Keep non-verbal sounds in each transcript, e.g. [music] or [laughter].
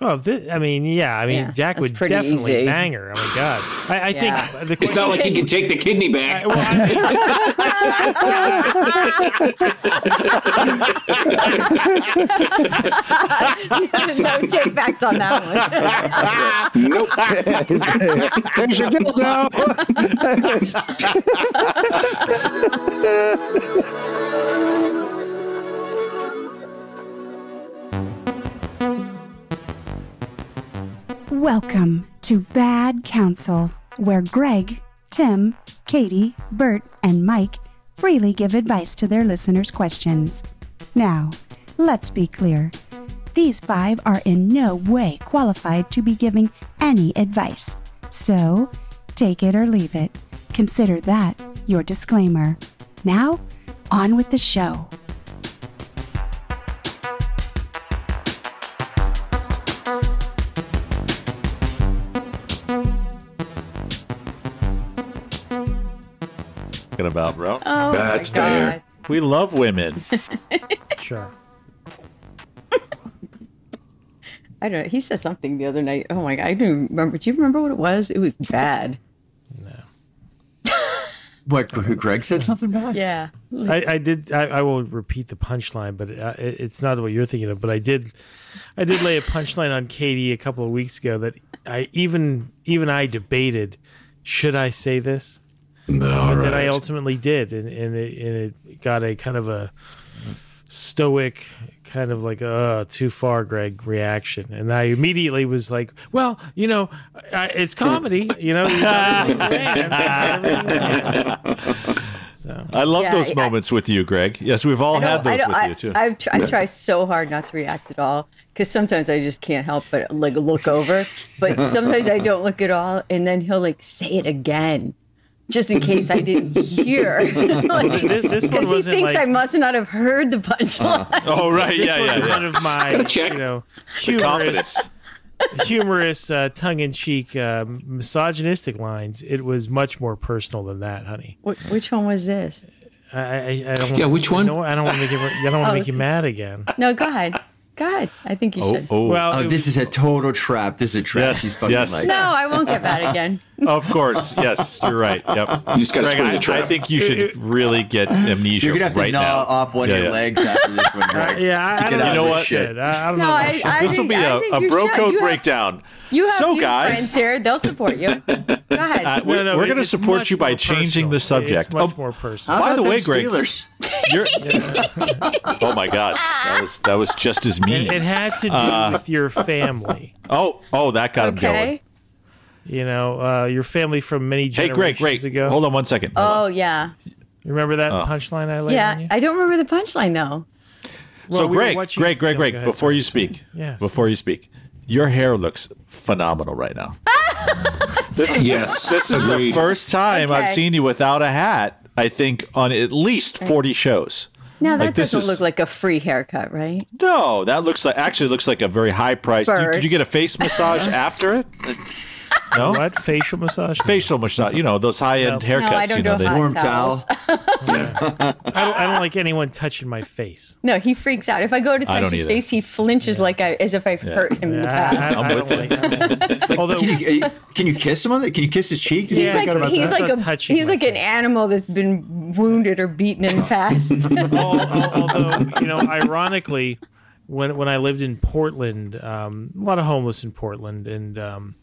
Well, Oh, thi- I mean, yeah, I mean, Yeah, Jack that's would pretty definitely easy. bang her. Oh my god, I, I Yeah. think the It's not like he can take the kidney I, back. well, I mean, [laughs] no take backs on that one. Nope. There's your dildo. Welcome to Bad Counsel, where Greg, Tim, Katie, Bert, and Mike freely give advice to their listeners' questions. Now, let's be clear. These five are in no way qualified to be giving any advice. So, take it or leave it. Consider that your disclaimer. Now, on with the show. Talking about, bro. Oh That's my God. fair. We love women. sure. I don't know. He said something the other night. Oh my God. I don't remember. Do you remember what it was? It was bad. What? Who? Greg said something about? it? Yeah. I, I did. I, I won't repeat the punchline, but uh, it, it's not what you're thinking of. But I did, I did lay a punchline on Katie a couple of weeks ago that I even even I debated, should I say this? All And then I right. ultimately did, and and it, and it got a kind of a stoic, kind of like uh too far, Greg reaction, and I immediately was like, well, you know, I, it's comedy, you know. so I love Yeah, those I- moments with you, Greg. Yes, we've all had I those don't- with I, you too. I've, tr- I've tried so hard not to react at all because sometimes I just can't help but like look over. But sometimes I don't look at all, and then he'll like say it again, just in case I didn't hear. [laughs] this, this one Because he wasn't thinks like. I must not have heard the punchline. oh right, this yeah, wasn't yeah, yeah. One of my, Gotta check. you know, Confidence. humorous, humorous, uh, tongue-in-cheek, uh, misogynistic lines. It was much more personal than that, honey. [laughs] Wh- Which one was this? I, I, I don't. Yeah, which one? No, I don't want to make you. I don't want to [laughs] Oh. make you mad again. No, go ahead. Go ahead. I think you Oh, should. oh. Well, Oh, it- this is a total trap. This is a trap. Yes, You fucking yes. like- No, I won't get mad [laughs] again. [laughs] of course. Yes, you're right. [laughs] Yep. You just got to Greg, split I, the trap. I think you should really get amnesia You're gonna have to right gnaw now. off one Yeah, of your yeah. legs after this one, [laughs] Greg. [laughs] yeah, I, I Get don't out You know of this what? Shit. I, I don't No, know. I, I This will think- be I a, think a you bro should. code You have- breakdown. You have So, few guys- friends here. They'll support [laughs] you. Go ahead. Uh, we're No, no, we're it- going to it's support much you by more changing personal. the subject. It's much Oh, more How personal. By about the way, them Greg- Steelers? [laughs] you're- oh my God, that was that was just as mean. It, it had to do Uh, with your family. oh, oh, that got him going. okay. You know, uh, your family from many Hey, generations Greg, Greg, ago. hold on Uh. one second. Oh yeah. You remember that punchline I laid on Yeah. you? I don't remember the punchline though. so, Well, we were Greg, watching- Greg, Greg, no, Greg, go ahead, before sorry. you speak, Yes. before you speak, your hair looks phenomenal right [laughs] now. this is Yes. This is the first time I've Okay. seen you without a hat. I think on at least forty shows. Now that Like, this doesn't look is- like a free haircut, right? No, that looks like actually looks like a very high price. Did, Bird. did you get a [laughs] face massage after it? No, What facial massage? facial massage. You know those high end No, haircuts. I don't you know, do hot [laughs] Warm towels. towel. I don't, I don't like anyone touching my [laughs] face. No, he freaks out. If I go to I don't touch his either. face, he flinches like I, as if I've hurt him. in the I, past. I, I don't like [laughs] that. Although Can you, can you kiss him on it? Can you kiss his cheek? Does he He's Yeah, I freak out forgot like about he- that? he's that. like Stop a touching he's my like an face. animal that's been wounded or beaten [laughs] in the past. Al- al- although you know, ironically, when when I lived in Portland, um, a lot of homeless in Portland, and um,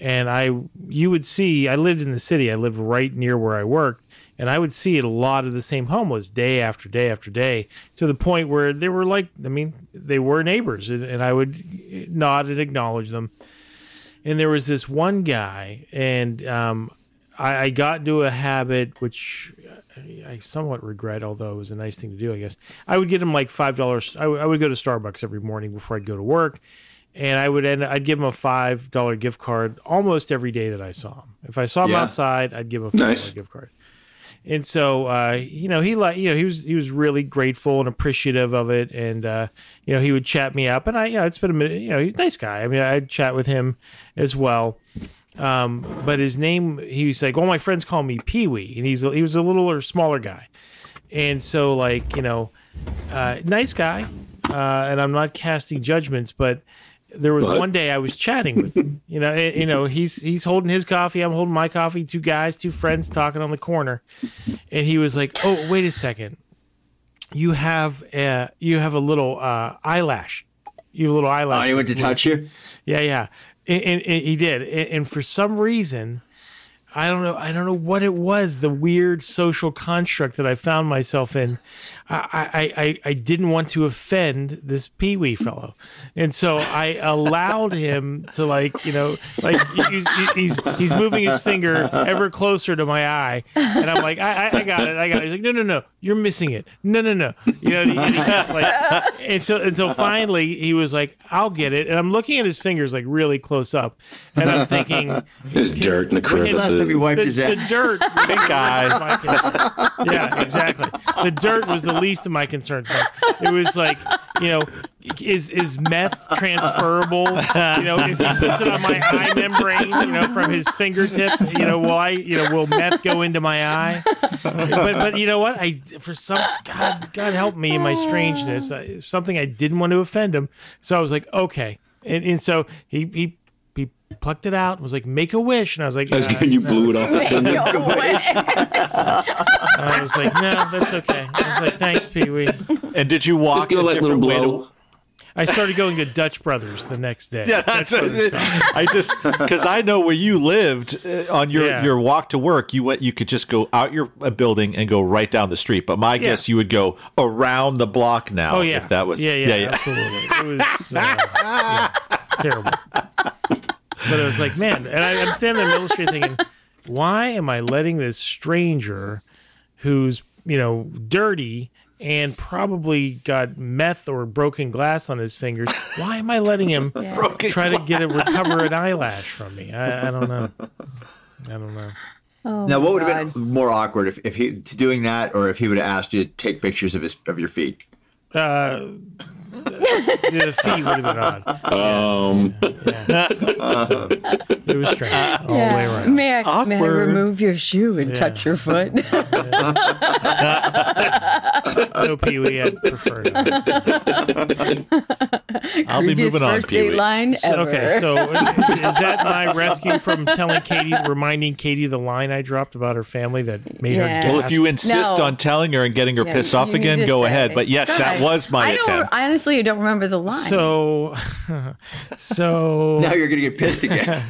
and I you would see I lived in the city. I lived right near where I worked, and I would see a lot of the same homeless day after day after day to the point where they were like, I mean, they were neighbors, and, and I would nod and acknowledge them and there was this one guy, and um, I, I got into a habit which I somewhat regret, although it was a nice thing to do, I guess. I would get him like five dollars. I would- I would go to Starbucks every morning before I'd go to work, and I would end. I'd give him a five dollar gift card almost every day that I saw him. If I saw him Yeah. outside, I'd give him a five dollar Nice. gift card. And so, uh, you know, he like, you know, he was he was really grateful and appreciative of it, and uh, you know, he would chat me up, and I, you know, it's been a minute. You know, he's a nice guy. I mean, I'd chat with him as well. Um, but his name, he was like, "Well, my friends call me Pee Wee," and he's he was a littler, smaller guy, and so like you know, uh, nice guy, uh, and I'm not casting judgments, but there was But- one day I was chatting with [laughs] him. You know, eh, you know, he's he's holding his coffee, I'm holding my coffee, two guys, two friends talking on the corner. And he was like, "Oh, wait a second. You have a you have a little uh, eyelash. You have a little eyelash." Oh, you went to that's loose." touch you? Yeah, yeah. And, and, and he did. And, and for some reason, I don't know. I don't know what it was. The weird social construct that I found myself in. I I, I, I didn't want to offend this Pee Wee fellow, and so I allowed him to like you know like he's he's, he's moving his finger ever closer to my eye, and I'm like I, I, I got it. I got it. He's like no no no you're missing it. No no no. You know and he, and he kept, like until until finally he was like I'll get it, and I'm looking at his fingers like really close up, and I'm thinking There's dirt in the Last time crevices. he wiped the, his the ass. [laughs] dirt was big guy. yeah, exactly. The dirt was the least of my concerns. man. It was like, you know, is is meth transferable? You know, if he puts it on my eye membrane, you know, from his fingertip, you know, will I, you know, will meth go into my eye? But but you know what? I for some God God help me in my strangeness, I, something I didn't want to offend him. So I was like, okay, and and so he he. he Plucked it out and was like, "Make a wish," and I was like, "Uh, I was "Nah, kidding, you no." blew it off his finger. No way. I was like, no, that's okay. I was like, thanks, Pee Wee. And did you walk Just give a it like a little different way to blow. I started going to Dutch Brothers the next day. Yeah, that's I just because I know where you lived uh, on your Yeah. your walk to work. You went, you could just go out your uh, building and go right down the street. But my guess, you would go around the block now. Oh yeah, if that was yeah, yeah, absolutely. It was uh, yeah, terrible. But I was like, man, and I, I'm standing in the middle of the street thinking, why am I letting this stranger, who's you know dirty and probably got meth or broken glass on his fingers, why am I letting him Broken try to get a recover an eyelash from me? I, I don't know. I don't know. now, what would Oh, God. have been more awkward if, if he to doing that, or if he would have asked you to take pictures of his of your feet? the fee would have been odd. Um, It was strange all the way Yeah. around. May I, may I Awkward. remove your shoe and touch [laughs] your foot? No Pee Wee, I prefer. [laughs] not. I'll be Previous moving on. first date Pee-wee. line ever. Okay, so is that my rescue from telling Katie, reminding Katie the line I dropped about her family that made Yeah. her? Well, if you insist No. on telling her and getting her Yeah, pissed off you need again, to go say ahead. it. But yes, Go that ahead. was my I don't, attempt. I honestly don't remember the line. So, [laughs] [laughs] so, Now you're gonna get pissed again.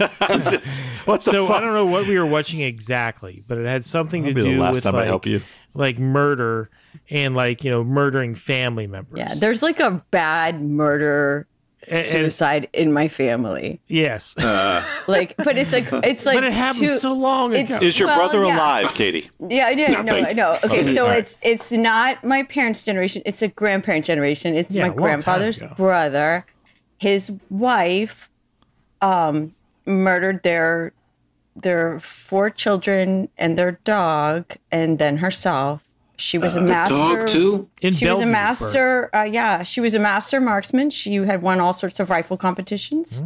what the so fuck? I don't know what we were watching exactly, but it had something to That'll be the do last with time I like, help you. like murder and like you know murdering family members. yeah, there's like a bad murder And- and- suicide in my family. yes, Uh. Like, but it's like it's like but it happened two- so long ago. it's- Is your Well, brother yeah. [laughs] alive, Katie? Yeah, I did. No, thank you. no. Okay, Okay, so all right. it's it's not my parents' generation. It's a grandparent generation. It's Yeah, a my long time grandfather's ago. brother. His wife um, murdered their their four children and their dog, and then herself. She was a master. Dog too. In She was Bellevue, a Bert. master. Uh, yeah, she was a master marksman. She had won all sorts of rifle competitions.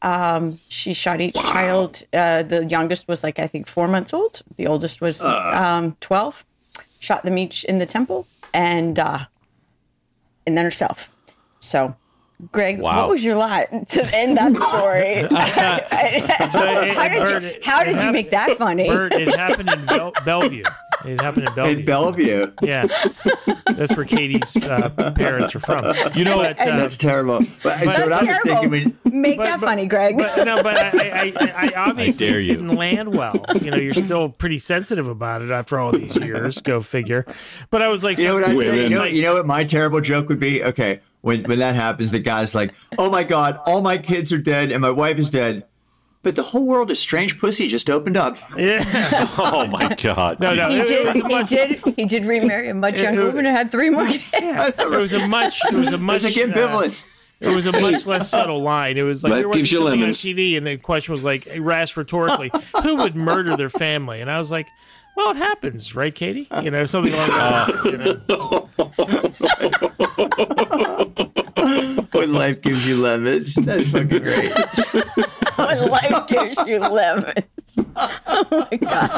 Um, she shot each child. Uh, the youngest was like I think four months old. The oldest was um, twelve. Shot them each in the temple, and uh, and then herself. So, Greg, Wow. what was your lot to end that story? [laughs] how did you, Bert, how did you hap- make that funny? Bert, it happened in [laughs] Bel- Bellevue. It happened in Bellevue. [laughs] In Bellevue, yeah, that's where Katie's uh, parents are from. You know, but, uh, that's terrible. But, so what That's I was terrible. thinking when make But- that but- funny, Greg. but no, but I, I, I, I obviously uh, dare you. didn't land well. You know, you're still pretty sensitive about it after all these years. Go figure. But I was like, You know what I'd say? You Women. know, you know what my terrible joke would be? Okay, when when that happens, the guy's like, "Oh my god, all my kids are dead and my wife is dead." But the whole world of strange pussy just opened up. yeah, [laughs] Oh my god! no, no, he it, did. was a He much, did. He did remarry a much younger it- woman and had [laughs] three more kids. [laughs] it was a much, it was a much uh, It's like ambivalent. It was a much less subtle line. It was like That there was gives you something lemons. on TV, and the question was like, asked rhetorically, who would murder their family? And I was like, well, it happens, right, Katie? You know, something along those Oh. lines. You know? when life gives you lemons, that's fucking great. When life gives you lemons. [laughs] Oh my god.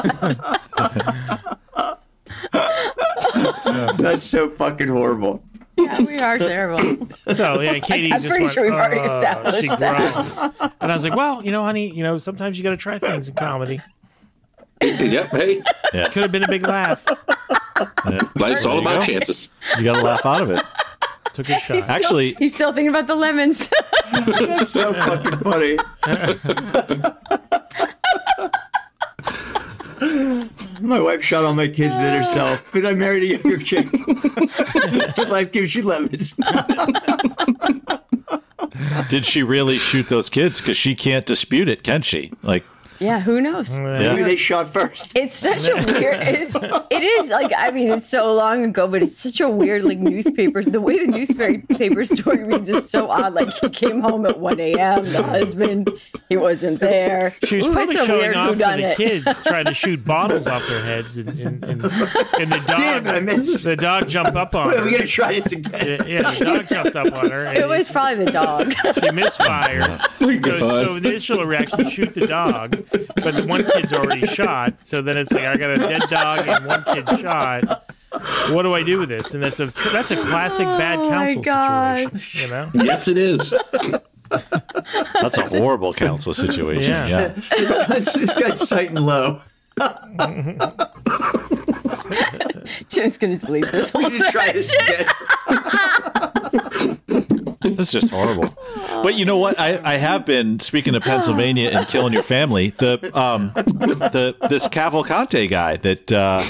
That's so fucking horrible. Yeah, we are terrible. So yeah, Katie I'm just pretty went, sure we've already "Oh," established she groaned. And I was like, well, you know, honey, you know, sometimes you got to try things in comedy. yep. Hey, Could have been a big laugh. life's all There you about go. [laughs] chances. You got to laugh [laughs] out of it. Took a shot. Actually, He's still thinking about the lemons. [laughs] That's so fucking funny. My wife shot all my kids and then herself, but I married a younger chick. Life gives you lemons. did she really shoot those kids? Because she can't dispute it, can she? Like, yeah, who knows? Maybe yeah. [laughs] they shot first. [laughs] It's such a weird. It's, it is like I mean, it's so long ago, but it's such a weird like newspaper. The way the newspaper story reads is so odd. Like he came home at one a.m. The husband, he wasn't there. She was Ooh, probably it's a showing weird off for the whodunit. kids, trying to shoot bottles off their heads, and, and, and, and the dog, Damn, I missed. the dog jumped up on We're her. gonna try this again. Yeah, yeah, the dog jumped up on her. It And was probably the dog. [laughs] she [laughs] misfired. so, so the initial reaction is shoot the dog, but the one kid's already shot. So then it's like I got a dead dog and one kid shot. What do I do with this? And that's a that's a classic bad Oh my counsel God. situation. You know? Yes, it is. that's a horrible counsel situation. Yeah. Yeah. [laughs] It's just got sight and low. Jim's gonna delete this We whole should try [laughs] this again. That's just horrible. But you know what? I, I have been speaking of Pennsylvania and killing your family. The um the this Cavalcante guy that uh,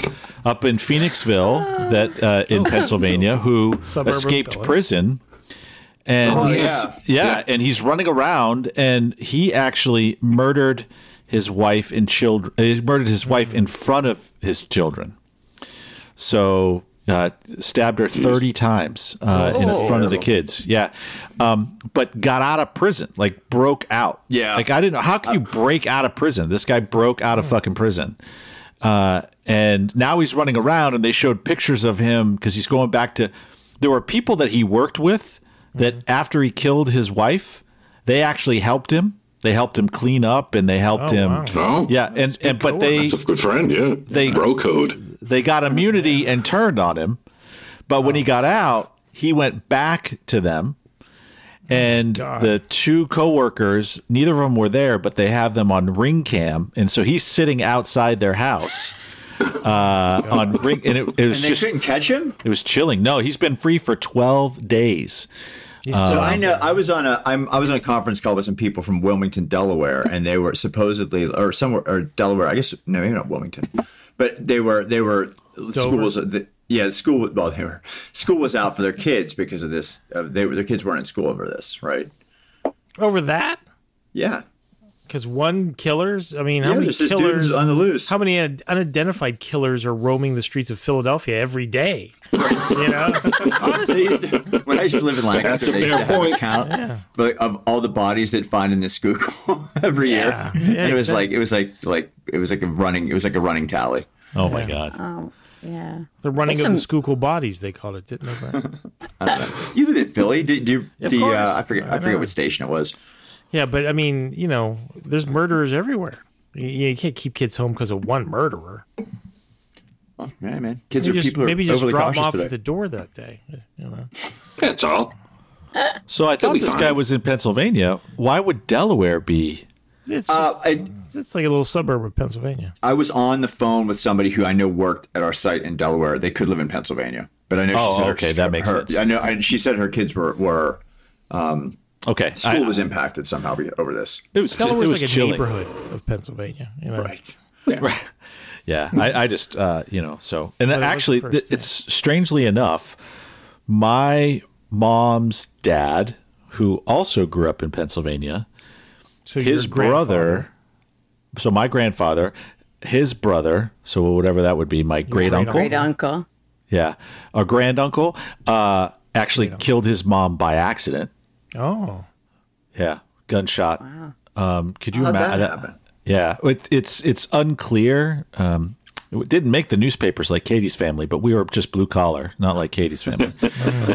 up in Phoenixville that uh, in Pennsylvania who Suburb of escaped Philly. prison and Oh, he's- yeah. yeah and he's running around and he actually murdered his wife and children. He murdered his wife in front of his children. So uh, stabbed her 30 times uh, in front of the kids. Yeah. Um, but got out of prison, like broke out. Yeah. Like I didn't know. How can you break out of prison? This guy broke out of fucking prison. Uh, and now he's running around and they showed pictures of him because he's going back to. There were people that he worked with that Mm-hmm. after he killed his wife, they actually helped him. They helped him clean up and they helped Oh, him. wow. Oh, Yeah. And, and but they It's a good friend. Yeah. They- bro code. they got immunity and turned on him. But Oh. when he got out, he went back to them. And the two coworkers, neither of them were there, but they have them on ring cam. And so he's sitting outside their house uh, on ring. And it, it was And they just, couldn't catch him. it was chilling. No, he's been free for 12 days. So I know I was on a I'm, I was on a conference call with some people from Wilmington, Delaware, and they were supposedly or somewhere or Delaware. I guess no, maybe not Wilmington, but they were they were schools. The, yeah, the school. Well, they were school was out for their kids because of this. Uh, they were their kids weren't in school over this, right? Over that, Yeah. because one killers. I mean, how yeah, many there's this dude killers who's on the loose. how many un- unidentified killers are roaming the streets of Philadelphia every day? You [laughs] know, They used to- when I used to live in Lancaster, That's a they used fair to have a point. count but of all the bodies that find in the Schuylkill [laughs] every Yeah. year. Yeah, and it was exactly. like it was like like it was like a running it was like a running tally. Oh, my Uh, God. Yeah. the running of Some- the Schuylkill bodies they called it, didn't they? Brian? You lived in Philly. Did you? the course. uh, I forget. I, forget what station it was. yeah, but I mean, you know, there's murderers everywhere. You, you can't keep kids home because of one murderer. Oh, man, man, kids Maybe are just, people are maybe just overly drop them cautious off today. at the door that day. You know, That's all. So I thought be this fine. guy was in Pennsylvania. Why would Delaware be? it's Uh, just, I, it's like a little suburb of Pennsylvania. I was on the phone with somebody who I know worked at our site in Delaware. They could live in Pennsylvania, but I know. Oh, she said her- okay, that makes her- sense. I know. I, she said her kids were were Okay. I- school was impacted somehow be- over this. it was, it Delaware was like a chilling. neighborhood of Pennsylvania. You know, Right. Yeah, I, I just uh, you know so and then it was actually the th- first, it's strangely enough, my mom's dad, who also grew up in Pennsylvania, So your his brother, so my grandfather, his brother, so whatever that would be, my great uncle, Great uncle. yeah, a grand uncle, uh, actually killed his mom by accident. grandfather- Oh, Yeah, gunshot. Um, could you How'd that imagine? happen? Yeah, it, it's it's unclear. Um, it didn't make the newspapers like Katie's family, but we were just blue collar, not like Katie's family.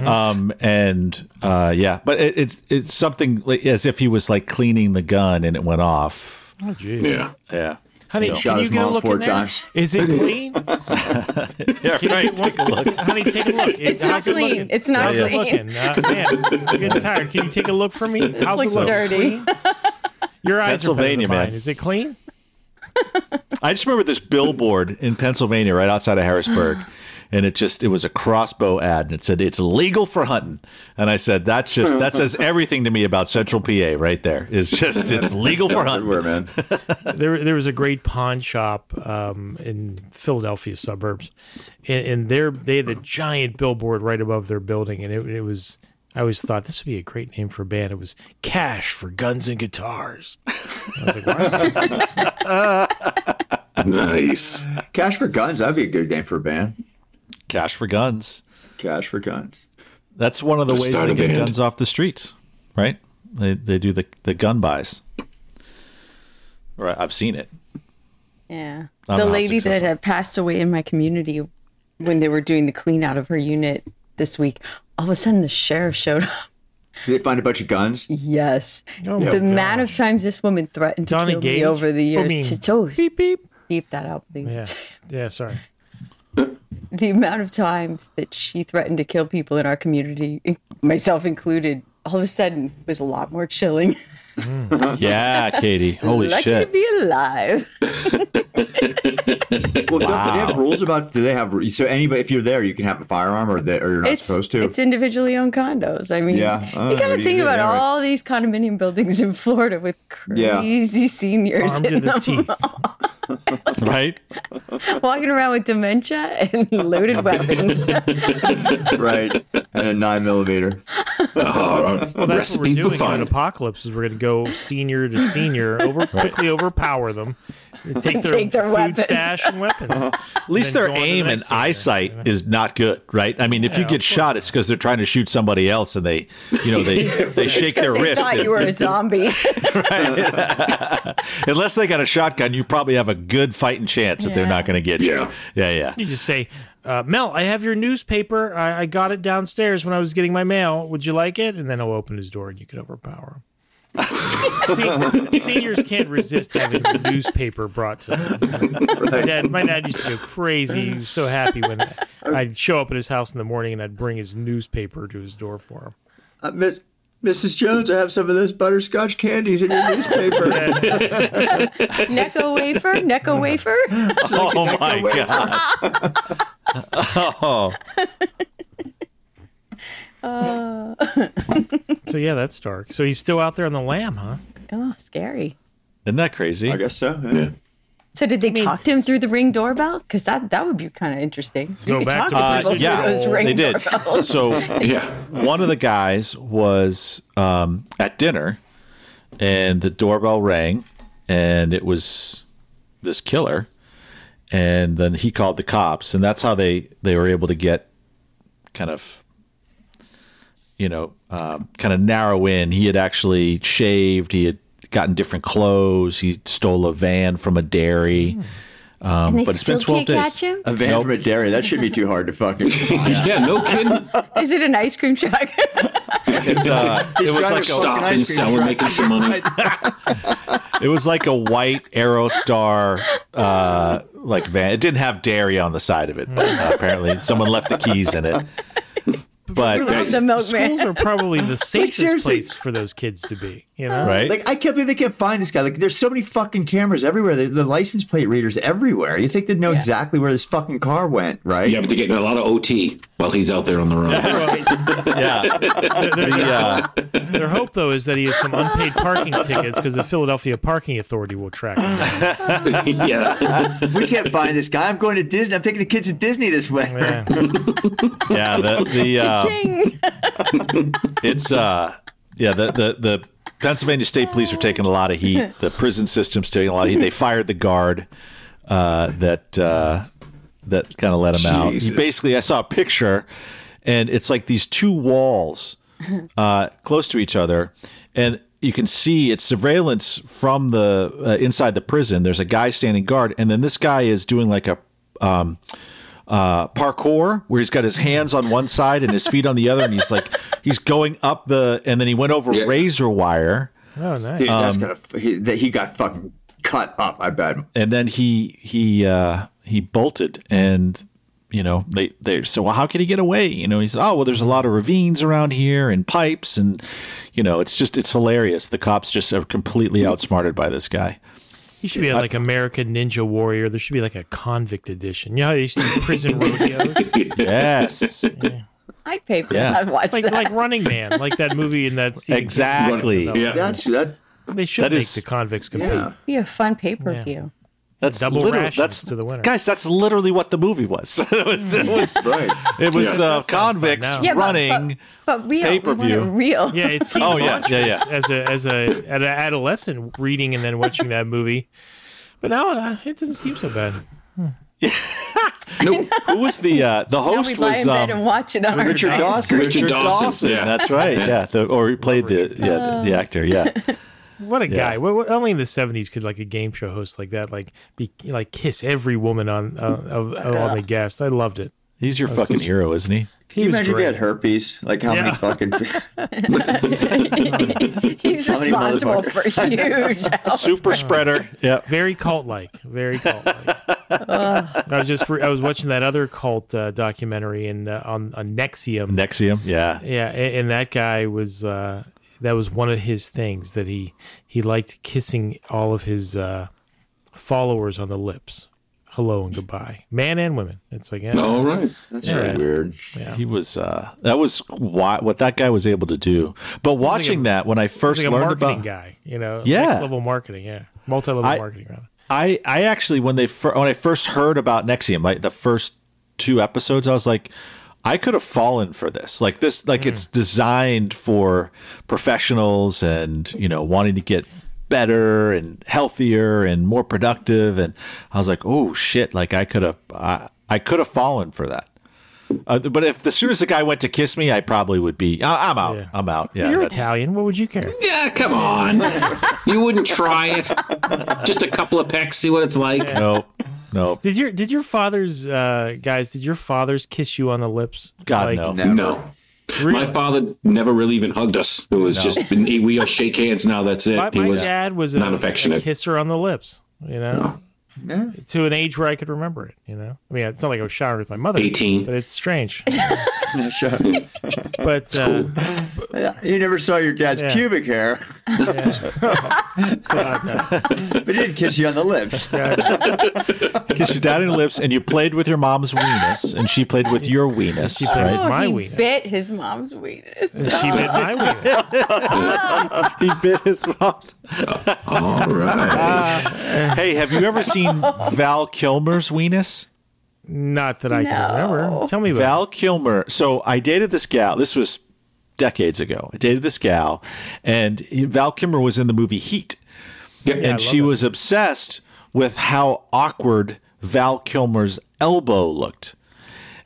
um, and uh, yeah, but it, it's it's something like, as if he was like cleaning the gun and it went off. oh, geez. Yeah. Yeah, Honey, He can shot you his get a mom look four in there? times. Is [laughs] it clean? Yeah, right. Take a look. Honey, take a look. It- It's not how's it clean. looking? It's not how's clean. It looking? Uh, man, I'm getting tired. Can you take a look for me? This how's looks it look? dirty. Your eyes Pennsylvania, are better than man. mine. Is it clean? I just remember this billboard in Pennsylvania, right outside of Harrisburg, and it just it was a crossbow ad, and it said it's legal for hunting. And I said that's just that says everything to me about Central PA right there. It's just it's legal for hunting. Everywhere, man. there there was a great pawn shop um, in Philadelphia suburbs, and, and there they had a giant billboard right above their building, and it, it was. I always thought this would be a great name for a band. It was Cash for Guns and Guitars. I was like, wow. Nice. Cash for guns. That'd be a good name for a band. Cash for guns. Cash for guns. That's one of the Let's ways start they a get band. guns off the streets, right? They they do the the gun buys. Right, I've seen it. Yeah. don't the know how lady that successful. had passed away in my community when they were doing the clean out of her unit this week, all of a sudden the sheriff showed up. [laughs] Did they find a bunch of guns? Yes. Oh my the amount of gosh. times this woman threatened to Donna kill Gage? me over the I years. mean, to, oh, beep. beep beep. that out, please. Yeah, yeah. Sorry. [laughs] The amount of times that she threatened to kill people in our community, [laughs] myself included, all of a sudden was a lot more chilling. [laughs] Yeah, Katie. Holy Lucky shit. to be alive. Well, don't, do they have rules about? Do they have so anybody? If you're there, you can have a firearm, or, they, or you're not it's supposed to. it's individually owned condos. I mean, Yeah. Uh, Oh, you got what to do you think do about there? all these condominium buildings in Florida with Yeah. crazy seniors Armed to in the them teeth. Right? [laughs] walking around with dementia and [laughs] loaded weapons. right, and a nine millimeter. Oh, Well, that's what we're recipe for doing on fun. Apocalypse. Is we're going to go senior to [laughs] senior, over quickly overpower them, and take their, Take their food weapons. stash and weapons. At least then their go on to the aim and next thing, eyesight is not good, right? I mean, if you of get shot, it's because they're trying to shoot somebody else, and they, you know, [laughs] they they shake [laughs] their they wrist. thought you were a [laughs] zombie. Unless they got a shotgun, you probably have a good fighting chance that they're Yeah. not going to get you. Yeah. yeah, yeah. You just say, uh, Mel, I have your newspaper. I, I got it downstairs when I was getting my mail. Would you like it? And then he'll open his door and you can overpower him. Sen- Seniors can't resist having the newspaper brought to them. My dad, my dad used to go crazy. He was so happy when I'd show up at his house in the morning and I'd bring his newspaper to his door for him. Uh, Miss, Mrs. Jones, I have some of those butterscotch candies in your newspaper. Necco wafer, Necco wafer. [laughs] Oh [laughs] my god! So, yeah, that's dark. So he's still out there on the lamb, huh? Oh, scary. Isn't that crazy? I guess so. Yeah. So did they talk to him through the ring doorbell? Because that that would be kind of interesting. You Go could back talk to- to, people Uh, Those yeah, through those ring they did. doorbells. So Yeah. one of the guys was um, at dinner and the doorbell rang and it was this killer and then he called the cops and that's how they they were able to get kind of you know um, kind of narrow in he had actually shaved he had gotten different clothes he stole a van from a dairy um, they but it's been still can't 12 days catch him? A van from a dairy. That should be too hard to fucking. Yeah, no Oh, kidding. Is it an ice cream truck? [laughs] It's, uh, it was trying like to a, fucking Stop ice cream and sell. We're truck. making some money. It was like a white Aerostar uh, like van. It didn't have dairy on the side of it, but uh, apparently someone left the keys in it. But the milkman. Schools are probably the safest seriously. place for those kids to be, you know? right, Like I can't believe they can't find this guy. Like there's so many fucking cameras everywhere. The, the license plate readers everywhere. You think they'd know exactly where this fucking car went, right? Yeah, but they're getting a lot of OT while he's out there on the road. yeah, uh, yeah. Their hope, though, is that he has some unpaid parking tickets because the Philadelphia Parking Authority will track him. down. [laughs] yeah. We can't find this guy. I'm going to Disney. I'm taking the kids to Disney this way. Yeah. yeah. The, the uh, [laughs] Ching. it's uh, yeah. The the the Pennsylvania State Police are taking a lot of heat. The prison system's taking a lot of heat. They fired the guard uh, that uh, that kind of let him out. He Jesus. basically, I saw a picture, and it's like these two walls uh, close to each other, and you can see it's surveillance from the uh, inside the prison. There's a guy standing guard, and then this guy is doing like a um, uh, parkour where he's got his hands on one side and his feet on the other, and he's like he's going up the, and then he went over Yeah. razor wire. Oh, nice. [laughs] Dude, that's gonna, he, that he got fucking cut up. I bet. and then he he uh, he bolted and you know they they so well, how could he get away you know he said oh well there's a lot of ravines around here and pipes and you know it's just it's hilarious the cops just are completely outsmarted by this guy You should be on, like American Ninja Warrior. There should be like a convict edition. You know how they used to [laughs] do prison rodeos? yes I'd pay for Yeah. that. I'd watch Like that. like Running Man, like that movie in that Stephen King- exactly Yeah. Yeah. That's that. They should That make is- the convicts compete. Yeah. be a fun pay per view. that's Double literally- rations that's to the winner. guys that's literally what the movie was [laughs] it was it was, Right. it was Yeah. uh, convicts now. Yeah, but- running But, but real, we want Pay-per-view. it real. Yeah, it's seen Oh, the yeah, yeah, yeah. monsters As a as a an adolescent reading and then watching that movie, but now uh, it doesn't seem so bad. No. who was the uh, the Now we host lie in was bed um, and watch it on our Richard bed. Dawson. Richard Dawson, yeah. That's right. Yeah. The, or he played the yes, the actor. Yeah. What a guy! What, what, only in the seventies could like a game show host like that like be like kiss every woman on uh, of, of on the guest. I loved it. He's your fucking hero, isn't he? [laughs] Oh, He Can you was imagine if he great. had herpes? Like how Yeah. many [laughs] fucking? [laughs] [laughs] He's How many responsible for [laughs] huge. Super spreader. Yeah. very cult like, very cult [laughs] like. I was just re- I was watching that other cult uh, documentary in uh, on, on Nexium. Nexium. Yeah. Yeah, a- and that guy was uh, that was one of his things that he he liked kissing all of his uh, followers on the lips, hello and goodbye, man and women. It's like yeah, All right. That's very weird. He was. uh That was why, what that guy was able to do. But watching that when I first it's like a learned marketing about, guy, you know, Yeah. next level marketing, yeah, multi level I- marketing rather. I I actually when they fir- when I first heard about Nexium, like the first two episodes, I was like. I could have fallen for this. Like this, like Mm. it's designed for professionals and, you know, wanting to get better and healthier and more productive. And I was like, oh shit, like I could have, I, I could have fallen for that. Uh, but if as soon as the guy went to kiss me, I probably would be, I, I'm out. Yeah. I'm out. Yeah. You're that's- Italian. What would you care? Yeah, come on. you wouldn't try it. Just a couple of pecks, see what it's like. Nope. [laughs] [laughs] Nope. Did your did your father's uh, guys? Did your fathers kiss you on the lips? God, Like, no. No. My father never really even hugged us. It was just we all shake hands now. That's it. My, he my was Oh, dad was a, not a affectionate. kisser on the lips, you know, Yeah. to an age where I could remember it. You know, I mean, it's not like I was showering with my mother, 18. but it's strange. [laughs] Sure. But uh, Yeah. You never saw your dad's Yeah. [laughs] pubic hair, [laughs] but he did kiss you on [laughs] the lips. Kissed your dad in the lips, and you played with your mom's weenus, and she played with your weenus, played right? Oh, my he weenus. bit his mom's weenus. [laughs] she bit my wiener. He bit his mom's. All right. Hey, have you ever seen Val Kilmer's weenus? Not that I can remember. Tell me about. Val Kilmer. So I dated this gal. This was decades ago. I dated this gal, and he- Val Kilmer was in the movie Heat, Yeah. and she was obsessed with how awkward Val Kilmer's elbow looked.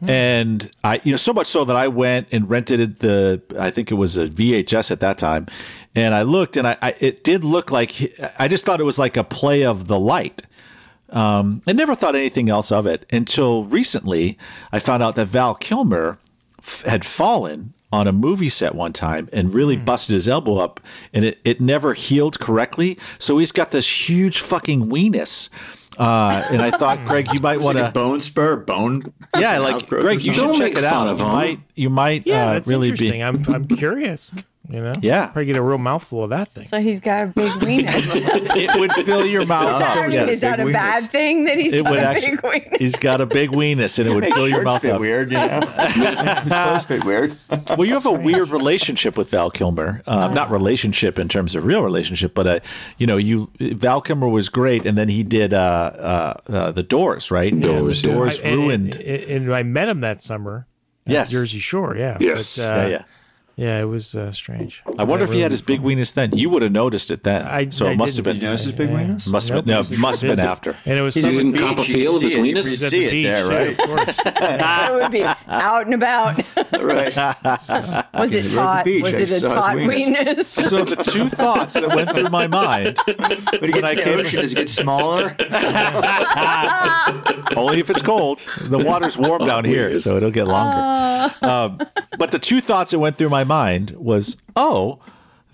And I, you know, so much so that I went and rented the, I think it was a VHS at that time, and I looked, and I, I it did look like, I just thought it was like a play of the light. Um, I never thought anything else of it until recently. I found out that Val Kilmer f- had fallen on a movie set one time and really busted his elbow up, and it, it never healed correctly. So he's got this huge fucking weenus. Uh, and I thought, Greg, you might want to, Bone spur, bone. yeah, like outgrowth or Greg, you should something. check Don't it make fun out. of You him. might, you might Yeah, uh, that's really interesting. be. I'm I'm curious. You know, Yeah. probably get a real mouthful of that thing. So he's got a big weenus. [laughs] It would fill your [laughs] I mouth up. mean, Yes, is that a big bad thing that he's it got would a actually. big weenus? He's got a big weenus, and it would fill your Shirts mouth fit up. weird, you know. Clothes fit weird. Well, you have a weird relationship with Val Kilmer. Uh-huh. Um, Not relationship in terms of real relationship, but uh, you know, you Val Kilmer was great, and then he did uh, uh, uh, the Doors, right? And Doors, the yeah. Doors And- ruined. And, and, and I met him that summer. at Yes. Jersey Shore. Yeah. Yes. But, uh, yeah, yeah. yeah, It was uh, strange. I wonder if he had his big weenus then. You would have noticed it then. I- so I it must have didn't. been. You know, this is big wings. Must have been, no, must have been after. And it was He's some- at the didn't beach, cop a you feel can of his see it, you weenus? can It's at see the it beach, there, yeah, right? of course. it would be out and [laughs] about. Right. [laughs] Was it taut? beach, Was I it a saw his taut weenus. weenus? [laughs] So the two thoughts that went through my mind, When it gets I to the came- ocean, does it [laughs] get smaller? only if it's cold. The [laughs] water's warm down here, so it'll Ah. get longer. Um, but the two thoughts that went through my mind was, oh,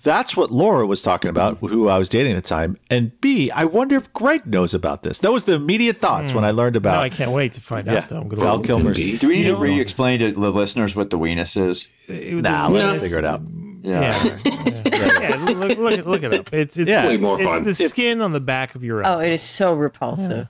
That's what Laura was talking about, who I was dating at the time. And B, I wonder if Greg knows about this. That was the immediate thoughts when I learned about. Hmm. No, I can't wait to find yeah, out though. I'm gonna Val Kilmer's. Could Do we need to re-explain to the listeners what the weenus is? Nah, let me figure it out. Yeah, yeah. Yeah, look, look, look it up. It's it's, Yeah. it's, Way more it's fun. the skin on the back of your Oh, eye, it is so repulsive.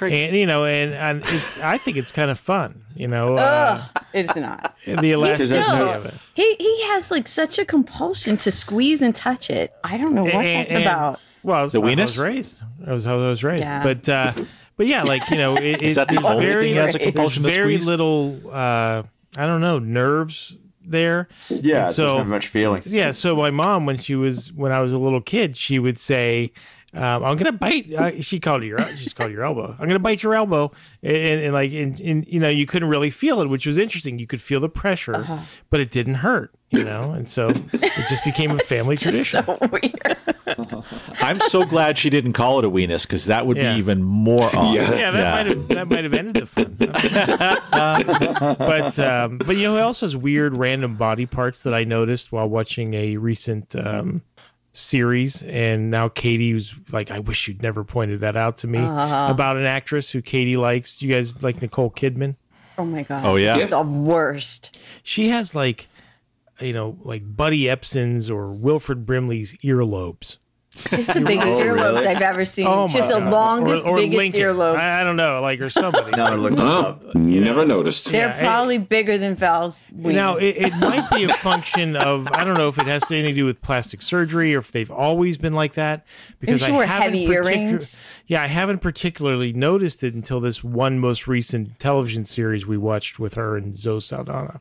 and you know, and, and it's I think it's kind of fun. You know, uh, Ugh, it's not. the elasticity still- of it. He he has like such a compulsion to squeeze and touch it. I don't know what that's about. Well, it's The how I weenus? was raised. That was how I was raised. Yeah. But uh, but yeah, like you know, it, [laughs] it's that the there's only very thing he has a there's compulsion to very squeeze? little. Uh, I don't know nerves there. Yeah, And there's so not much feeling. yeah. So my mom, when she was when I was a little kid, she would say. Um, I'm gonna bite. Uh, she called your. She's called your elbow. I'm gonna bite your elbow, and, and, and like, and, and you know, you couldn't really feel it, which was interesting. You could feel the pressure, Uh-huh. but it didn't hurt, you know. And so it just [laughs] became a family tradition. Just so [laughs] weird. I'm so glad she didn't call it a weenus because that would Yeah. be even more [laughs] odd. yeah, that might have that might have ended the fun. but um, but you know who else has weird random body parts that I noticed while watching a recent um, series, and now Katie was like, I wish you'd never pointed that out to me Uh-huh. about an actress who Katie likes. You guys like Nicole Kidman? Oh my god. Oh, yeah? This is the worst. She has like you know like Buddy Epson's or Wilfred Brimley's earlobes. Just [laughs] the biggest earlobes I've ever seen. Oh my Just the God. longest, or, or biggest Lincoln. earlobes. I, I don't know, like or somebody. Now they're looking Oh, up. never noticed. They're Yeah, it- probably bigger than Val's. Wings. Now it, it might [laughs] be a function of I don't know if it has anything to do with plastic surgery or if they've always been like that because she I wore haven't heavy particu- earrings. Yeah, I haven't particularly noticed it until this one most recent television series we watched with her and Zoe Saldana.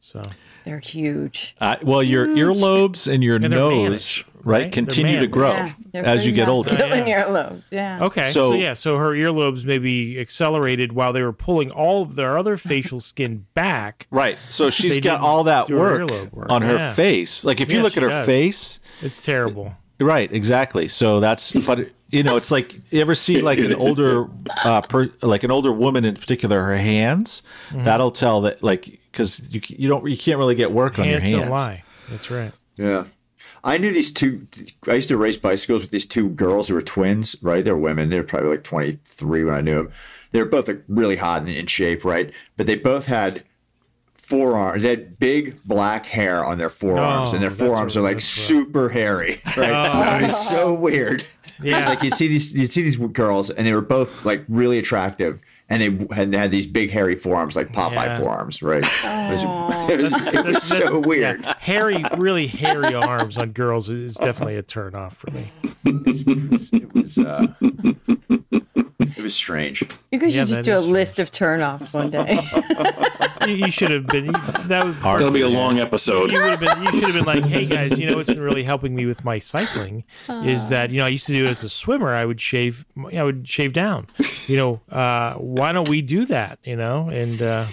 So they're huge. Uh, well, your earlobes and your And they're nose, mannish, right, right? continue They're to grow Yeah, they're as you pretty get older. massive. Yeah, yeah. Earlobe, Yeah. okay, So- so, yeah, so her earlobes maybe accelerated while they were pulling all of their other facial skin back. Right. [laughs] So she's They got didn't all that do her work, earlobe work, on her yeah. face. Like if you Yeah, look she at her does. face, It's terrible. right, exactly. So that's but you know, it's like you ever see like an older uh per, like an older woman in particular her hands, Mm-hmm. that'll tell that like cuz you c- you don't you can't really get work on your Hands, hands. don't lie. That's right. Yeah. I knew these two. I used to race bicycles with these two girls who were twins, right? They're women. They were probably like 23 when I knew them. They were both like really hot and in shape, right? But they both had forearms. They had big black hair on their forearms, Oh, and their that's forearms what- are like that's Oh. what- super hairy. [laughs] Right? It's so weird. It's Yeah. like you'd see these, you'd see these girls, and they were both like really attractive, and they had, they had these big hairy forearms, like Popeye Yeah. forearms, right? It was, [laughs] it was- it was so weird. [laughs] Yeah, hairy, really hairy arms on girls is definitely a turn off for me. it was uh, it was strange. You guys Yeah, should that just do a is true. list of turnoffs [laughs] one day. [laughs] You, you should have been. That would, That'll be a long episode. you would have been. You should have been like, "Hey guys, you know what's been really helping me with my cycling Ah. is that you know I used to do it as a swimmer. I would shave. I would shave down. You know, uh, why don't we do that? You know, and uh,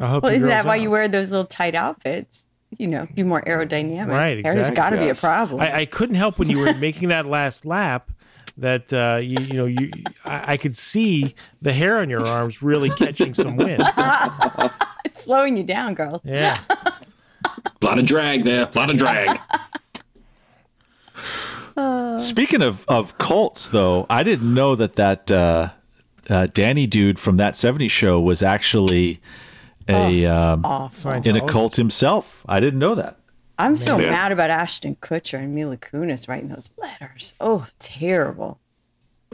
I hope. well, you isn't girls that why out. you wear those little tight outfits? You know, be more aerodynamic. Right, There's exactly. got to be a Yes. problem. I, I couldn't help when you were making that last lap that uh, you, you know you I, I could see the hair on your arms really catching some [laughs] wind. it's slowing you down, girl. Yeah. A lot of drag there. A lot of drag. Uh. Speaking of of cults, though, I didn't know that that uh, uh, Danny dude from that '70s show was actually a um, in Oh. a cult himself. I didn't know that. I'm so Yeah. mad about Ashton Kutcher and Mila Kunis writing those letters. Oh, terrible.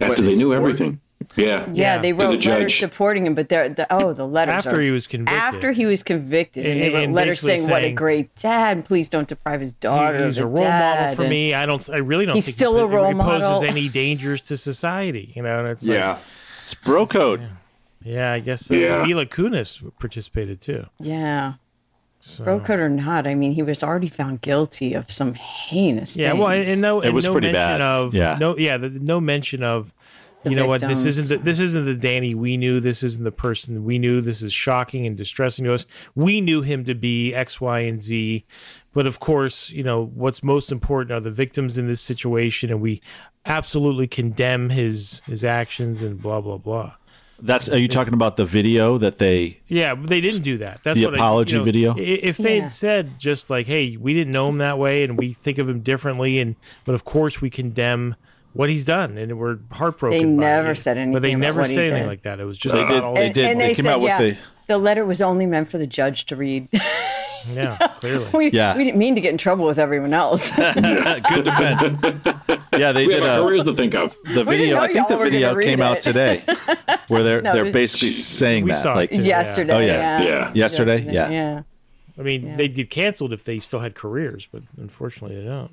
After they knew everything. Yeah. Yeah, Yeah. they To the wrote letters judge. supporting him, but they're the, oh, the letters After are- he was convicted. After he was convicted, and, they And- wrote and letters basically saying, "What a saying, great dad! Please don't deprive his daughter He- he's of a a role model dad," for and- me. I don't. I really don't. He's think still a that role it poses model. any dangers to society. You know, and it's like, Yeah, It's bro code. yeah, I guess uh, Yeah. Mila Kunis participated too. Yeah. Bro code or not, I mean, he was already found guilty of some heinous. Yeah, well, and things. and no, It and was no pretty mention bad. of Yeah. no, yeah, the, no mention of. You know what? This victims. isn't the, this isn't the Danny we knew. This isn't the person we knew. This is shocking and distressing to us. We knew him to be X, Y, and Z, but of course, you know what's most important are the victims in this situation, and we absolutely condemn his his actions and blah blah blah. That's are you talking about the video that they? Yeah, but they didn't do that. That's The what apology I, you know, video? i- If they Yeah. had said just like, "Hey, we didn't know him that way, and we think of him differently," and but of course we condemn what he's done, and we're heartbroken. They by never it. but said they anything about never what he say anything did. like that. It was just They about did- all- they did. And They came out with the- the letter was only meant for the judge to read. [laughs] yeah, clearly. we, Yeah. we didn't mean to get in trouble with everyone else. [laughs] Good defense. yeah, they We did have a, our careers to think of. the video. know I think y'all the were gonna video read came out it. today, where they're No, they're we- basically saying We that saw it like too. Yeah. yesterday. Oh, yeah. yeah. Yeah. Yesterday? Yeah. Yeah. I mean, they'd get canceled if they still had careers, but unfortunately they don't.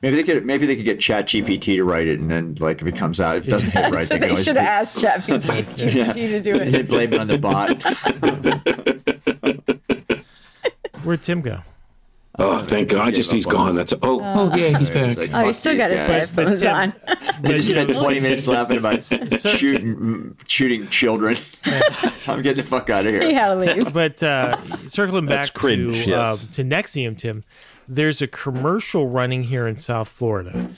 Maybe they could maybe they could get Chat GPT to write it, and then like if it comes out, if it doesn't hit right, So [laughs] can they always should be- have asked ChatGPT Yeah. to do They it. blame it on [laughs] the bot. Where'd Tim go? Oh, thank God! Just he's gone. That's oh, oh yeah, he's back. It's like, Oh, fuck he still these got his guys. headphones Tim- on. [laughs] They just spent 20 minutes laughing [laughs] about shooting shooting children. [laughs] I'm getting the fuck out of here. He had to leave. [laughs] but uh, circling That's back cringe, to uh, yes. to Nexium, Tim, there's a commercial running here in South Florida,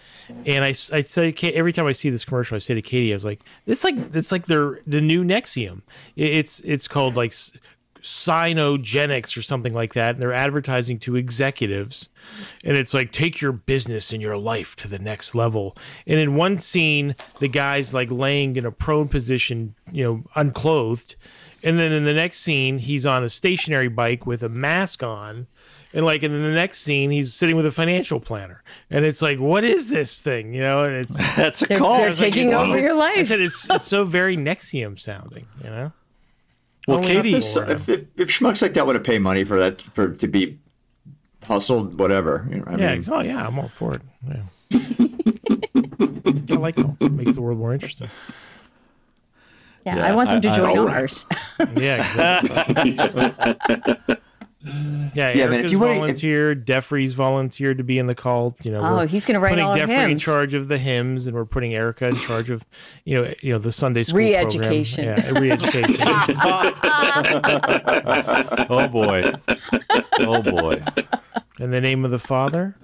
and I, s- I say Ka- every time I see this commercial, I say to Katie, I was like, it's like it's like their the new Nexium. It- It's it's called like s- Cynogenics or something like that, and they're advertising to executives, and it's like take your business and your life to the next level. And in one scene, the guy's like laying in a prone position, you know, unclothed, and then in the next scene, he's on a stationary bike with a mask on. And like in the next scene, he's sitting with a financial planner. And it's like, what is this thing? You know, and it's that's a They're, call. they're I was like, taking it's- over your I life. said it's, it's so very Nexium sounding, you know? Oh, well, only Katie, us So if, if, if schmucks like that would have paid money for that for to be hustled, whatever. You know, I Yeah, mean, ex- oh yeah, I'm all for it. [laughs] Yeah. I like cults. It makes the world more interesting. Yeah, Yeah, I want them to I- I- join alright. [laughs] ours. Yeah, exactly. yeah, [laughs] man, if Erica's you wanna- volunteered, Defrey's volunteered to be in the cult. You know, Oh, we're he's gonna write putting all the Defrey in hymns. charge of the hymns, and we're putting Erica in charge of, you know, you know the Sunday school program. Re-education. Yeah, [laughs] re-education. [laughs] oh boy, oh boy. in the name of the Father,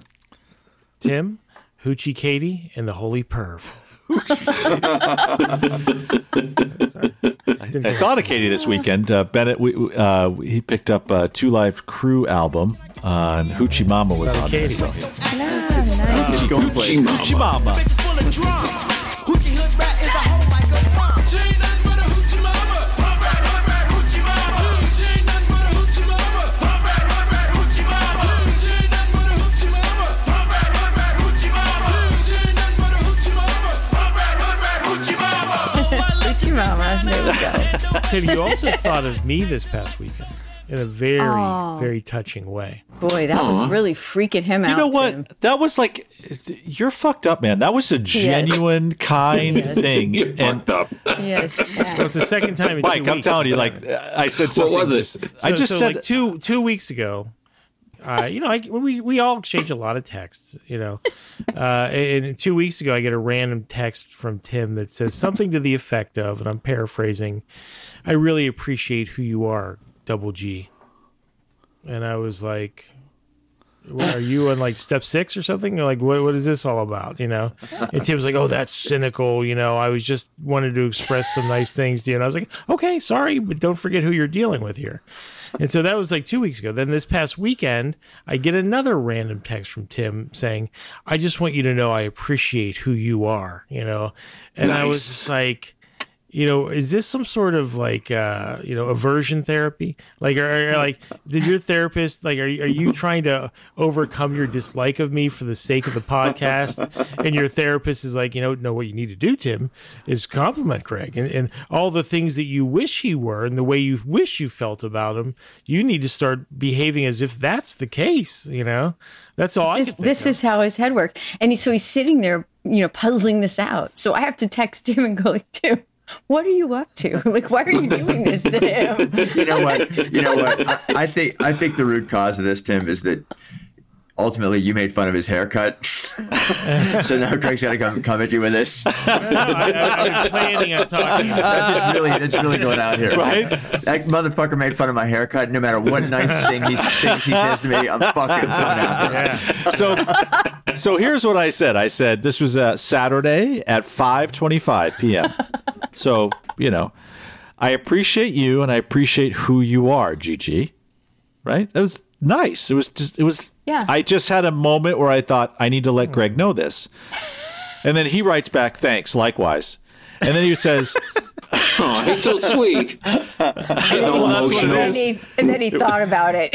Tim, Hoochie, Katie, and the Holy Perv. Sorry. Didn't I thought of Katie this weekend. Uh, Bennett, we, we- uh, he picked up a Two Live Crew album, uh, and Hoochie Mama was on there. Katie. So. just go play. Gucci Mama. Hoochie Mama. Bitches full of drama. Hoochie hood rat is a hoe like a mom. She ain't nothing but a hoochie mama. Hood rat, hood rat, hoochie mama. She ain't nothing but a hoochie mama. Hood rat, hood rat, hoochie mama. She ain't nothing but a hoochie mama. Hood rat, hood rat, hoochie mama. She ain't nothing but a hoochie mama. Hood rat, hood rat, hoochie mama. Hoochie mama. There we go. Tim, you [laughs] also thought of me this past weekend in a very, Aw. very touching way. Boy, that was really freaking him out. You know what? Tim. That was like, you're fucked up, man. That was a genuine, kind Yes. [laughs] thing. You're and fucked up. Yes. [laughs] yeah. It's the second time in two Mike, I'm weeks. telling you, like I said, something was it? just- I just so said, like two two weeks ago. Uh, you know, I, we we all exchange a lot of texts. You know, uh, and two weeks ago, I get a random text from Tim that says something to the effect of, and I'm paraphrasing. I really appreciate who you are, Double G. And I was like, well, "Are you on like step six or something? Like, what what is this all about?" You know. And Tim was like, "Oh, that's cynical." You know, I was just wanted to express some nice things to you, and I was like, "Okay, sorry, but don't forget who you're dealing with here." And so that was like two weeks ago. Then this past weekend, I get another random text from Tim saying, "I just want you to know I appreciate who you are." You know, and I was Nice. just like you know, is this some sort of like uh, you know aversion therapy? Like, are, are like did your therapist like are you- are you trying to overcome your dislike of me for the sake of the podcast? And your therapist is like, you know, no, what you need to do, Tim, is compliment Craig and, and all the things that you wish he were and the way you wish you felt about him. You need to start behaving as if that's the case. You know, that's all I. This, Could think this of. is how his head worked. And he, so he's sitting there, you know, puzzling this out. So I have to text Tim and go, like, Tim, what are you up to? [laughs] Like, why are you doing this to him? You know what? You know what? I, I think I think the root cause of this, Tim, is that ultimately you made fun of his haircut. [laughs] so now Craig's got to come come at you with this. I, I, I was planning on talking. That's just really that's really going out here. right? That motherfucker made fun of my haircut. No matter what nice thing he, things he says to me, I'm fucking coming after him. Yeah. So, [laughs] so here's what I said. I said this was a Saturday at 5:25 [laughs] p.m. so you know, I appreciate you and I appreciate who you are, Gigi. Right? That was nice. It was just. It was. Yeah. I just had a moment where I thought I need to let Greg know this, and then he writes back, "Thanks, likewise," and then he says, Oh, he's so sweet. Getting all that's what it And then, emotional. he, and then he thought about it.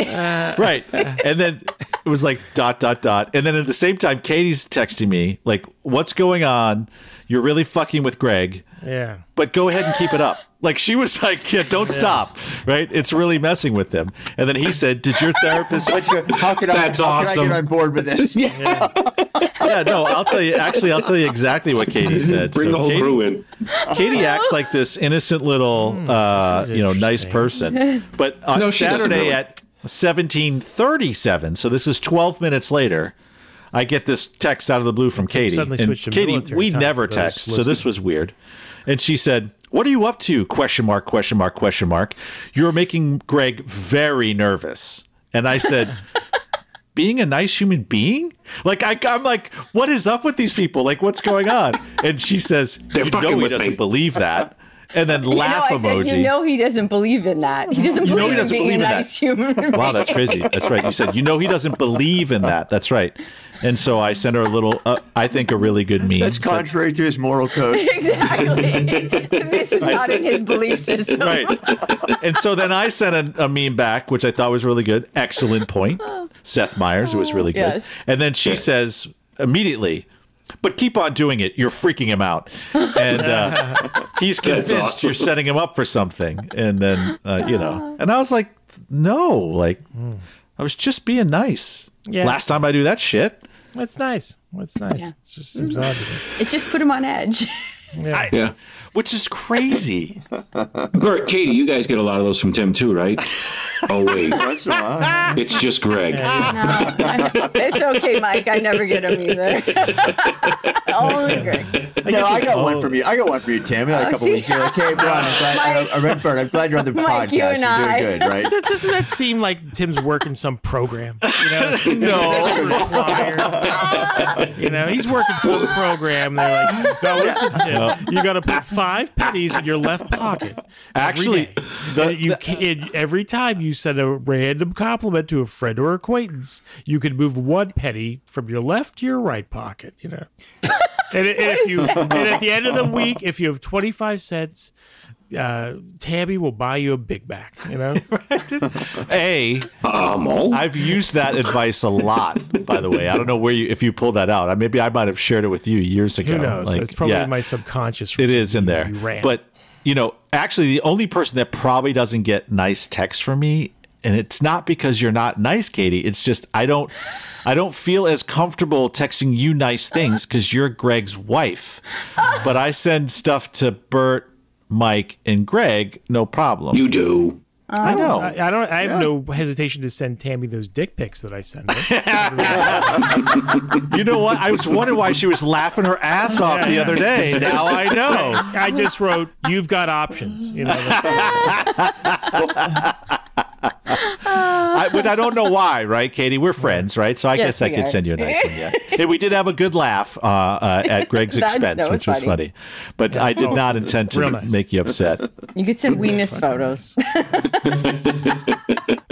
right. And then it was like dot dot dot. And then at the same time, Katie's texting me like, "What's going on? You're really fucking with Greg, [laughs] Yeah. but go ahead and keep it up." Like she was like, "Yeah, don't stop." Right? It's really messing with them. And then he said, "Did your therapist?" What's your- How could I, That's how could I awesome. get on board [laughs] with this? yeah, no. I'll tell you. Actually, I'll tell you exactly what Katie said. Bring So the whole Katie- crew in. Katie acts like this innocent little, uh, Hmm. is you know, nice interesting. [laughs] person. But on No, she doesn't Saturday really. at seventeen thirty-seven, so this is twelve minutes later, I get this text out of the blue from Katie. suddenly And switched to Katie, military we time never for those text, so this was weird. And she said, "What are you up to?" Question mark? Question mark? Question mark? You're making Greg very nervous. And I said. being a nice human being? Like I, I'm like, what is up with these people? Like, what's going on? And she says, [laughs] They're "You fucking know he with doesn't me." believe that." And then [laughs] laugh you know, I emoji. said, you know he doesn't believe in that. He doesn't You know believe he doesn't in being believe in a that. nice human. [laughs] wow, that's crazy. That's right. You said, "You know he doesn't believe in that." That's right. And so I sent her a little. Uh, I think a really good meme. That's Said- contrary to his moral code. exactly. [laughs] this is not in his belief system. [laughs] right. [laughs] And so then I sent a, a meme back, which I thought was really good. Excellent point, Seth Meyers. It was really good. Yes. And then she says immediately, "But keep on doing it. You're freaking him out." And uh, he's convinced awesome. you're setting him up for something. And then uh, you know, and I was like, "No, like I was just being nice. Yeah. Last time I do that shit." That's nice. That's nice. Yeah. It's just exotic. It just put him on edge. [laughs] Yeah. Which is crazy. Bert, Katie, you guys get a lot of those from Tim too, right? Oh wait, Once in a while. it's just Greg. No, it's okay, Mike. I never get him either. [laughs] Only Greg. No, I got one from you. I got one for you, Tim. In a couple oh. see? weeks, [laughs] you're like, "Hey, Brian, I'm glad, Mike. uh, Redford, I'm glad you're on the Mike, podcast. you are and I." doing [laughs] good, right?" That, doesn't that seem like Tim's working some program? You know, No. Flyer. you know, he's working some program. They're like, no, listen, Tim, you got to put five pennies in your left pocket. Actually, the, you can, every time you send a random compliment to a friend or acquaintance, you can move one penny from your left to your right pocket. You know, and, and if you and at the end of the week, if you have twenty five cents. Uh, Tabby will buy you a Big Mac. You know, A. Um, all I've used that advice a lot, by the way. I don't know where you if you pull that out. I- Maybe I might have shared it with you years ago. who knows? Like, it's probably yeah, in my subconscious. it is in there. You ran. But you know, actually the only person that probably doesn't get nice texts from me, and it's not because you're not nice, Katie. It's just I don't I don't feel as comfortable texting you nice things because you're Greg's wife. But I send stuff to Bert, Mike, and Greg, no problem. you do. I know. I, I don't. I have no hesitation to send Tammy those dick pics that I send. her. You know what? I was wondering why she was laughing her ass off [laughs] the [laughs] other day. Now I know. I just wrote, "You've got options." You know, [laughs] that's- I, but I don't know why, right, Katie? We're friends, right? So I Yes, guess I we could are. send you a nice [laughs] one. Yeah. Hey, we did have a good laugh uh, uh, at Greg's That- expense, that was which was funny. funny. But I did Oh, not intend to real nice. make you upset. You could send we miss photos. [laughs]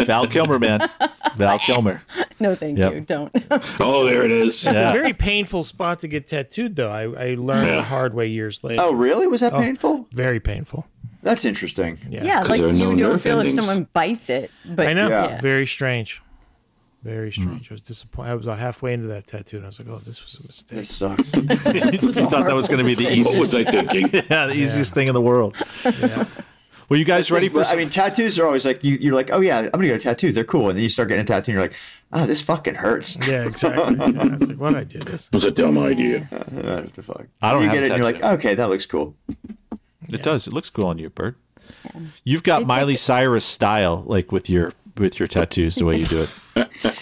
Val Kilmer, man. [laughs] Val Kilmer. No, thank Yep. you. Don't. [laughs] Oh, there it is. it's [laughs] a very painful spot to get tattooed, though. I, I learned the hard way years later. Oh, really? Was that painful? very painful. That's interesting. Yeah, like there are you no don't nerve feel if endings. someone bites it, but I know. Yeah. Very strange. Very Hmm. strange. I was disappointed. I was about halfway into that tattoo, and I was like, "Oh, this was a mistake." It [laughs] sucks. you thought that was going to be the What was easiest, [laughs] I thinking? yeah, the easiest thing in the world. Were you guys ready for? I mean, tattoos are always like you, you're like, oh yeah, I'm gonna get a tattoo. They're cool, and then you start getting a tattoo, and you're like, oh, this fucking hurts. Yeah, [laughs] exactly. Yeah, I was like, "What did I do this?" was a dumb idea. Uh, [laughs] what the fuck? I don't you have get a it, and tattoo. you're like, okay, that looks cool. It does. It looks cool on you, Bert. You've got Miley Cyrus style, like with your with your tattoos, the way you do it.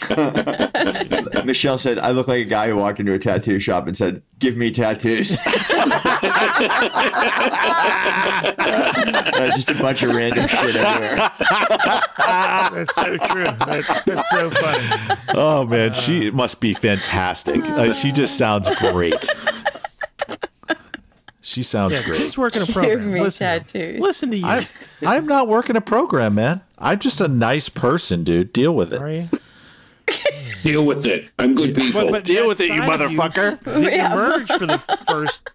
[laughs] [laughs] Michelle said, I look like a guy who walked into a tattoo shop and said, give me tattoos. Uh, just a bunch of random shit everywhere. That's so true. That's, that's so funny. Oh man, she must be fantastic. Uh, she just sounds great. She sounds Yeah, great. she's working a program. me listen, tattoos. listen to you. I, I'm not working a program, man. I'm just a nice person, dude. Deal with it. are [laughs] you? Deal with it. I'm good people. But- but Deal with it, that you side of motherfucker. You didn't emerge for the first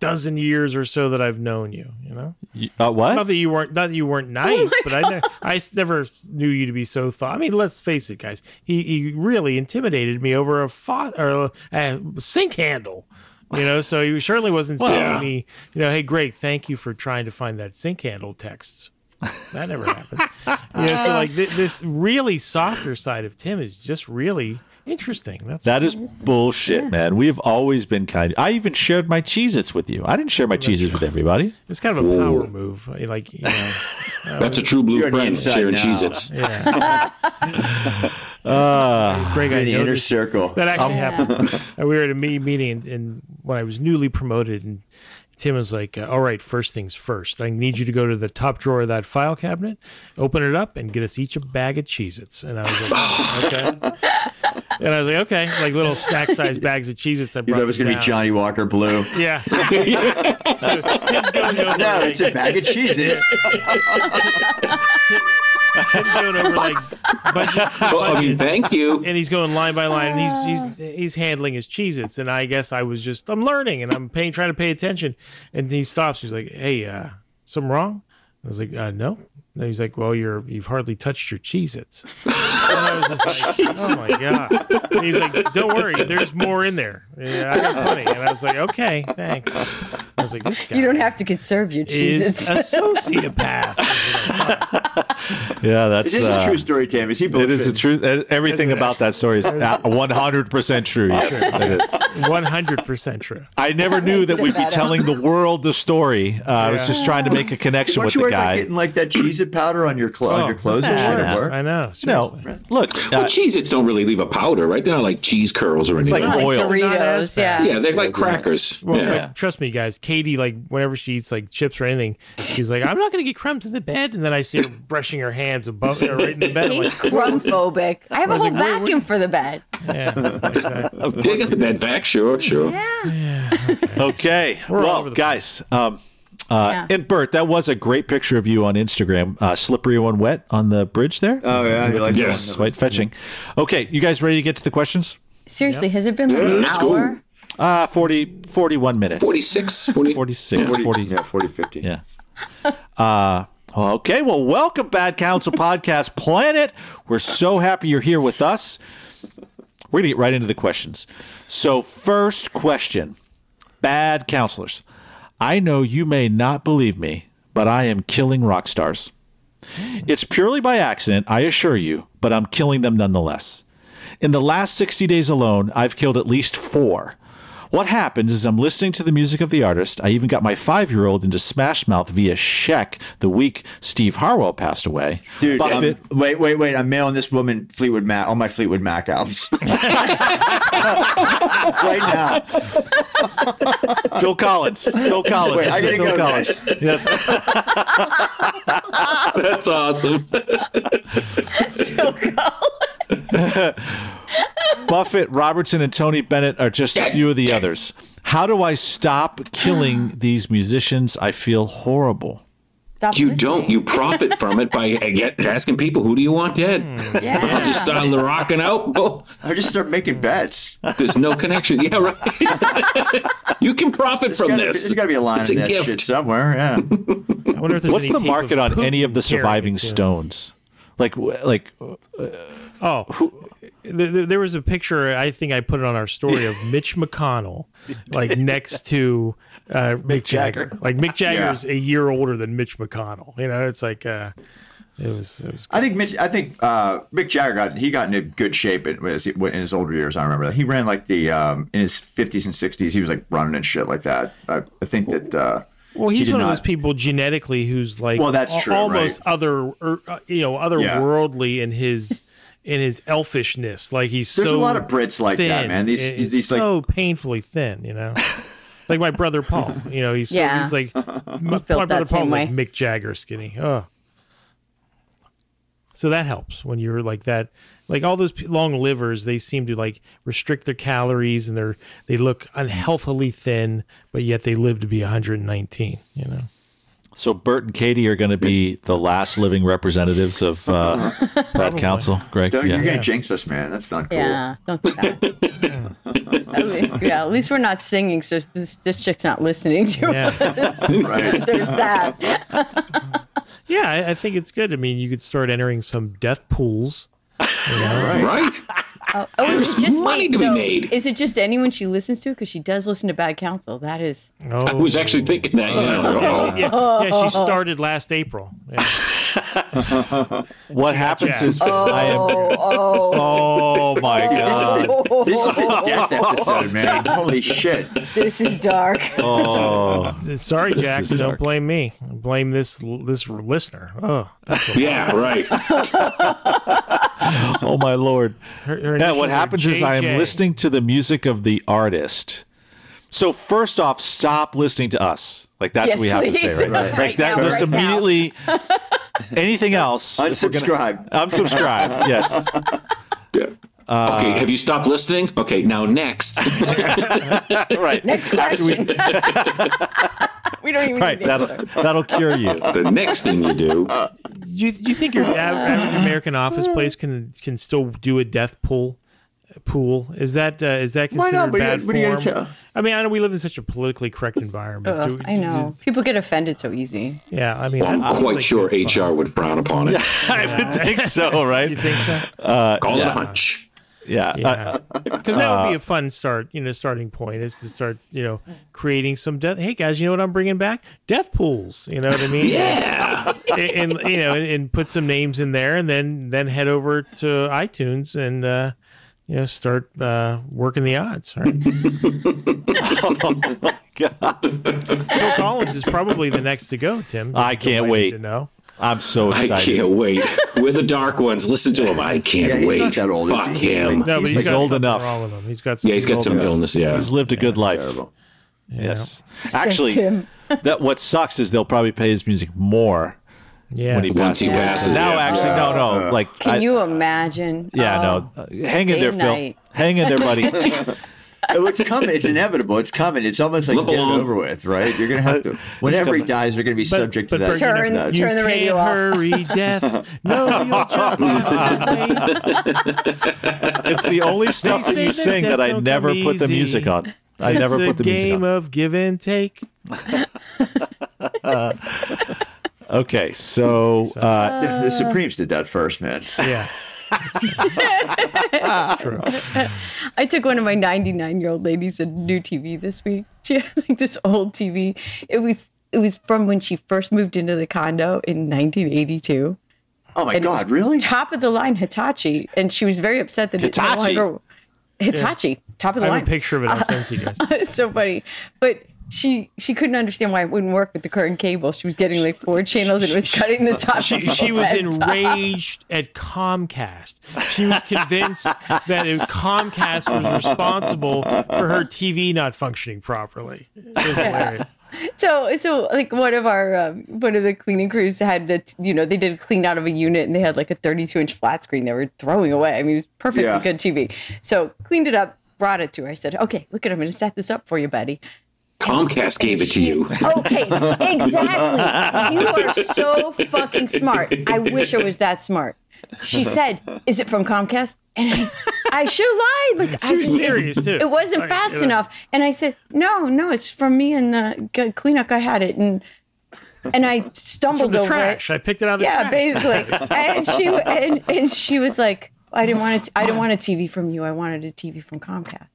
dozen years or so that I've known you. You know, Uh, what? not that you weren't not that you weren't nice, but I ne- I s- never s- knew you to be so thought. I mean, let's face it, guys. He he really intimidated me over a fo- or a sink handle. You know, so he certainly wasn't saying yeah. to me, you know, hey Greg, thank you for trying to find that sink handle text. That never happened. you know, so like th- this really softer side of Tim is just really interesting. That's That is bullshit, man. We've always been kind. I even shared my Cheez-Its with you. I didn't share Oh, my Cheez-Its with everybody. It's kind of a power move. Like, you know, That's a true blueprint. inside Sharon now. [laughs] Cheez Its. yeah. [laughs] Greg, I In the inner noticed circle. that actually happened. And we were at a me- meeting, and, and when I was newly promoted, and Tim was like, uh, "All right, first things first. I need you to go to the top drawer of that file cabinet, open it up, and get us each a bag of Cheez-Its." And I was like, "Okay." And I was like, "Okay," like little snack-sized bags of Cheez-Its. I You brought thought it was going to down. be Johnny Walker Blue. Yeah. [laughs] so Tim's going over. [laughs] No, like- it's a bag of cheeses. Tim's going over like budget, Well, I mean, thank you. and he's going line by line and he's Ah. he's he's handling his Cheez Its and I guess I was just I'm learning and I'm paying trying to pay attention and he stops he's like hey uh something wrong I was like uh no and he's like well you're you've hardly touched your Cheez Its and I was [laughs] just like oh my god and he's like don't worry there's more in there yeah I got plenty and I was like okay thanks I was like this guy You don't have to conserve your is cheeses. a [laughs] sociopath Yeah, that's This is uh, a true story, Tim. Is he It bullshit? is the truth. E- Everything about that story is one hundred percent true. Yes, it is. one hundred percent true I never knew that we'd be Better. telling the world the story. Uh, I was just trying to make a connection Weren't with you the worried about guy. getting like that cheese powder on your, clo- on your clothes? That shit at work. I know no, seriously. look, Well, uh, Cheez Its don't really leave a powder, right? They're not like cheese curls or it's anything. like like oil. Not as Doritos, bad. yeah. yeah, they're like crackers. Well, yeah. like, trust me, guys. Katie, like, whenever she eats like chips or anything, she's like, "I'm not going to get crumbs in the bed," and then I see her [laughs] brushing her hands above or right in the bed. I'm He's like, crumb phobic. I have a was whole like, wait, vacuum for the bed. yeah, exactly. They got the bed back, sure, sure. Okay. We're all well, over the guys, um, uh, Yeah. and Bert, that was a great picture of you on Instagram. Uh, slippery one wet on the bridge there. Oh, yeah. You like that Yes. one? Quite fetching. Okay, you guys ready to get to the questions? Seriously, has it been like an Let's go. hour? Uh, 40, 41 minutes. 46, 40, 46, 40. Yeah, 40, 50. Yeah. Uh, Okay, well, welcome, Bad Counsel Podcast Planet. We're so happy you're here with us. We're going to get right into the questions. So, first question Bad counselors, I know you may not believe me, but I am killing rock stars. It's purely by accident, I assure you, but I'm killing them nonetheless. In the last 60 days alone, I've killed at least four. What happens is I'm listening to the music of the artist. I even got my five year old into Smash Mouth via Sheck the week Steve Harwell passed away. Dude, um, Buffett, wait, wait, wait. I'm mailing this woman Fleetwood Mac, all my Fleetwood Mac albums. [laughs] right now. Phil Collins. Phil Collins. um, [laughs] Wait, I gotta Oh, Phil go Collins. Yes. That's awesome. Buffett, Robertson, and Tony Bennett are just a few of the others. How do I stop [gasps] killing these musicians? I feel horrible. Stop You listening. don't. You profit from it by uh, get, asking people, who do you want dead? Yeah. Just start rocking out. Boom. I just start making bets. There's no connection. Yeah, right. [laughs] you can profit from Gotta- this. There's got to be a line It's of a that gift. shit somewhere. Yeah. I wonder if there's What's any the tape market on any of the Putin carrying surviving it, too. stones? Like, w- like Oh, th- th- there was a picture. I think I put it on our story of Mitch McConnell, like next to uh, Mick Jagger. Like Mick Jagger's a year older than Mitch McConnell. You know, it's like uh, it was. It was. I think Mitch. I think uh, Mick Jagger got he got into good shape in, was- in his older years. I remember that he ran like the um, in his fifties and sixties. He was like running and shit like that. I, I think that. Uh, Well, he's did one of not- those people genetically who's like Well, that's al- true, almost right. other, er, uh, you know, otherworldly in his in his elfishness. Like he's There's a so lot of Brits like that, thin. man. These- It- it's these, like- [laughs] so painfully thin, you know. like my brother Paul. You know, he's Yeah. he's like my, felt my brother that same Paul's like way. Mick Jagger skinny. Oh, so that helps when you're like that. Like all those pe- long livers, they seem to like restrict their calories and they're they look unhealthily thin, but yet they live to be 119. You [laughs] know, So Bert and Katie are going to be the last living representatives [laughs] of uh, that council, Greg. Don't, You're Yeah. gonna jinx us, man. That's not cool. Yeah, don't do that. At least- yeah, at least we're not singing, so this this chick's not listening to Yeah. us. [laughs] Right. There's that. [laughs] yeah, I, I think it's good. I mean, you could start entering some death pools. You know? Right? Oh, oh, is it There's just money wait, to be no, made. Is it just anyone she listens to? Because she does listen to bad counsel. That is. Oh. I was actually thinking that. Yeah. Oh. Yeah, yeah, Oh, she started last April. Yeah. What happens Jack. is I am. oh, Oh [laughs] my [laughs] god! This is a death episode, man. Holy shit. this is dark. Oh, [laughs] Sorry, Jack. is Don't dark. blame me. Blame this this listener. Oh, that's a, yeah, right. Uh, oh my lord! her, her Yeah, initials what are happens is I am JJ. listening to the music of the artist. So first off, stop listening to us. Like that's Yes, what we have to please. say, right? Right. Like Right that. now, There's right now. immediately [laughs] anything else. if we're gonna- Unsubscribe. [laughs] Unsubscribe. Yes. [laughs] Yeah. okay, have you stopped listening? Okay, now next. Right. Next question. We, don't even Right. need to That'll that'll cure [laughs] you. the next thing you [laughs] do. Uh, Do you, do you think [laughs] your av- average American office place can can still do a death pool? Pool is that uh, is that Why considered not? What are you- bad what are you gonna form? tell- I mean, I know we live in such a politically correct environment. Ugh, Do- I do- know. People get offended so easy. yeah, I mean, I'm that sounds quite like sure it's fine. HR would frown upon it. I would think [laughs] so, You right? think so? Call it Yeah. a hunch. Yeah. Uh, Yeah, [laughs] because that would be a fun start. You know, starting point is to start. You know, creating some death. Hey guys, you know what I'm bringing back? Death pools. You know what I mean? Yeah. and, and, you know, and, and put some names in there, and then then head over to iTunes and uh, you know start uh, working the odds. Right? [laughs] [laughs] Phil Collins is probably the next to go. Tim, I can't Delighted wait. to know. I'm so I excited. can't wait. We're the dark ones. Listen to him. I can't Yeah, he's wait. not that old, is Fuck he? He's him. like- No, but He's he's like got old something enough. wrong with him. He's got yeah, he's got old some enough. illness. Yeah. He's lived a good life. Yes. Actually, Tim. [laughs] that what sucks is they'll probably pay his music more Yeah. when he Once passes. he passes, now, yeah. actually, no, no. Like, Can I- you imagine? Yeah, Oh, no. Uh, Hang in Day there, and Phil. night. Hang in there, buddy. [laughs] Oh, it's coming. It's inevitable. It's coming. It's almost like Limp get it along. over with, right? You're gonna have to. Whenever he coming. dies, you're gonna be subject to but that. Bert, you Turn- that- You turn the radio can't off. [laughs] hurry death. No, you'll [laughs] just have to wait. It's the only stuff that say you that sing that death I don't never come put the easy. music on. I It's never a put the music game on. of give and take. Okay, so [laughs] uh, the Supremes did that first, man. Yeah. I took one of my 99 year old ladies a new TV this week. [laughs] She had like this old TV. It was it was from when she first moved into the condo in 1982. Oh my And it God, was really? Top of the line Hitachi, and she was very upset that it Hitachi? no longer Hitachi top of I the have line. a picture of it. I'll send to you [laughs] guys. [laughs] it's so funny, but. She she couldn't understand why it wouldn't work with the current cable. She was getting like four channels and it was cutting the top. She, of she people's was heads off. enraged at Comcast. She was convinced that it- Comcast was responsible for her TV not functioning properly. It was hilarious. So, so like one of our um, one of the cleaning crews had to, you know, they did a clean out of a unit and they had like a 32 inch flat screen they were throwing away. I mean, it was perfectly Yeah. good TV. So cleaned it up, brought it to her. I said, "Okay, look at, I'm going to set this up for you, buddy." Comcast gave it to She- you. [laughs] Okay, exactly. You are so fucking smart. I wish I was that smart. She said, "Is it from Comcast?" And I, I should lied. Like I She was just- serious, too. It wasn't Like, fast you know. enough. And I said, "No, no, it's from me and the g- cleanup. I had it and." And I From stumbled the over trash. it. I picked it out of the yeah, trash. [laughs] basically. And she and, and she was like, "I didn't want it. I didn't want a TV from you. I wanted a TV from Comcast."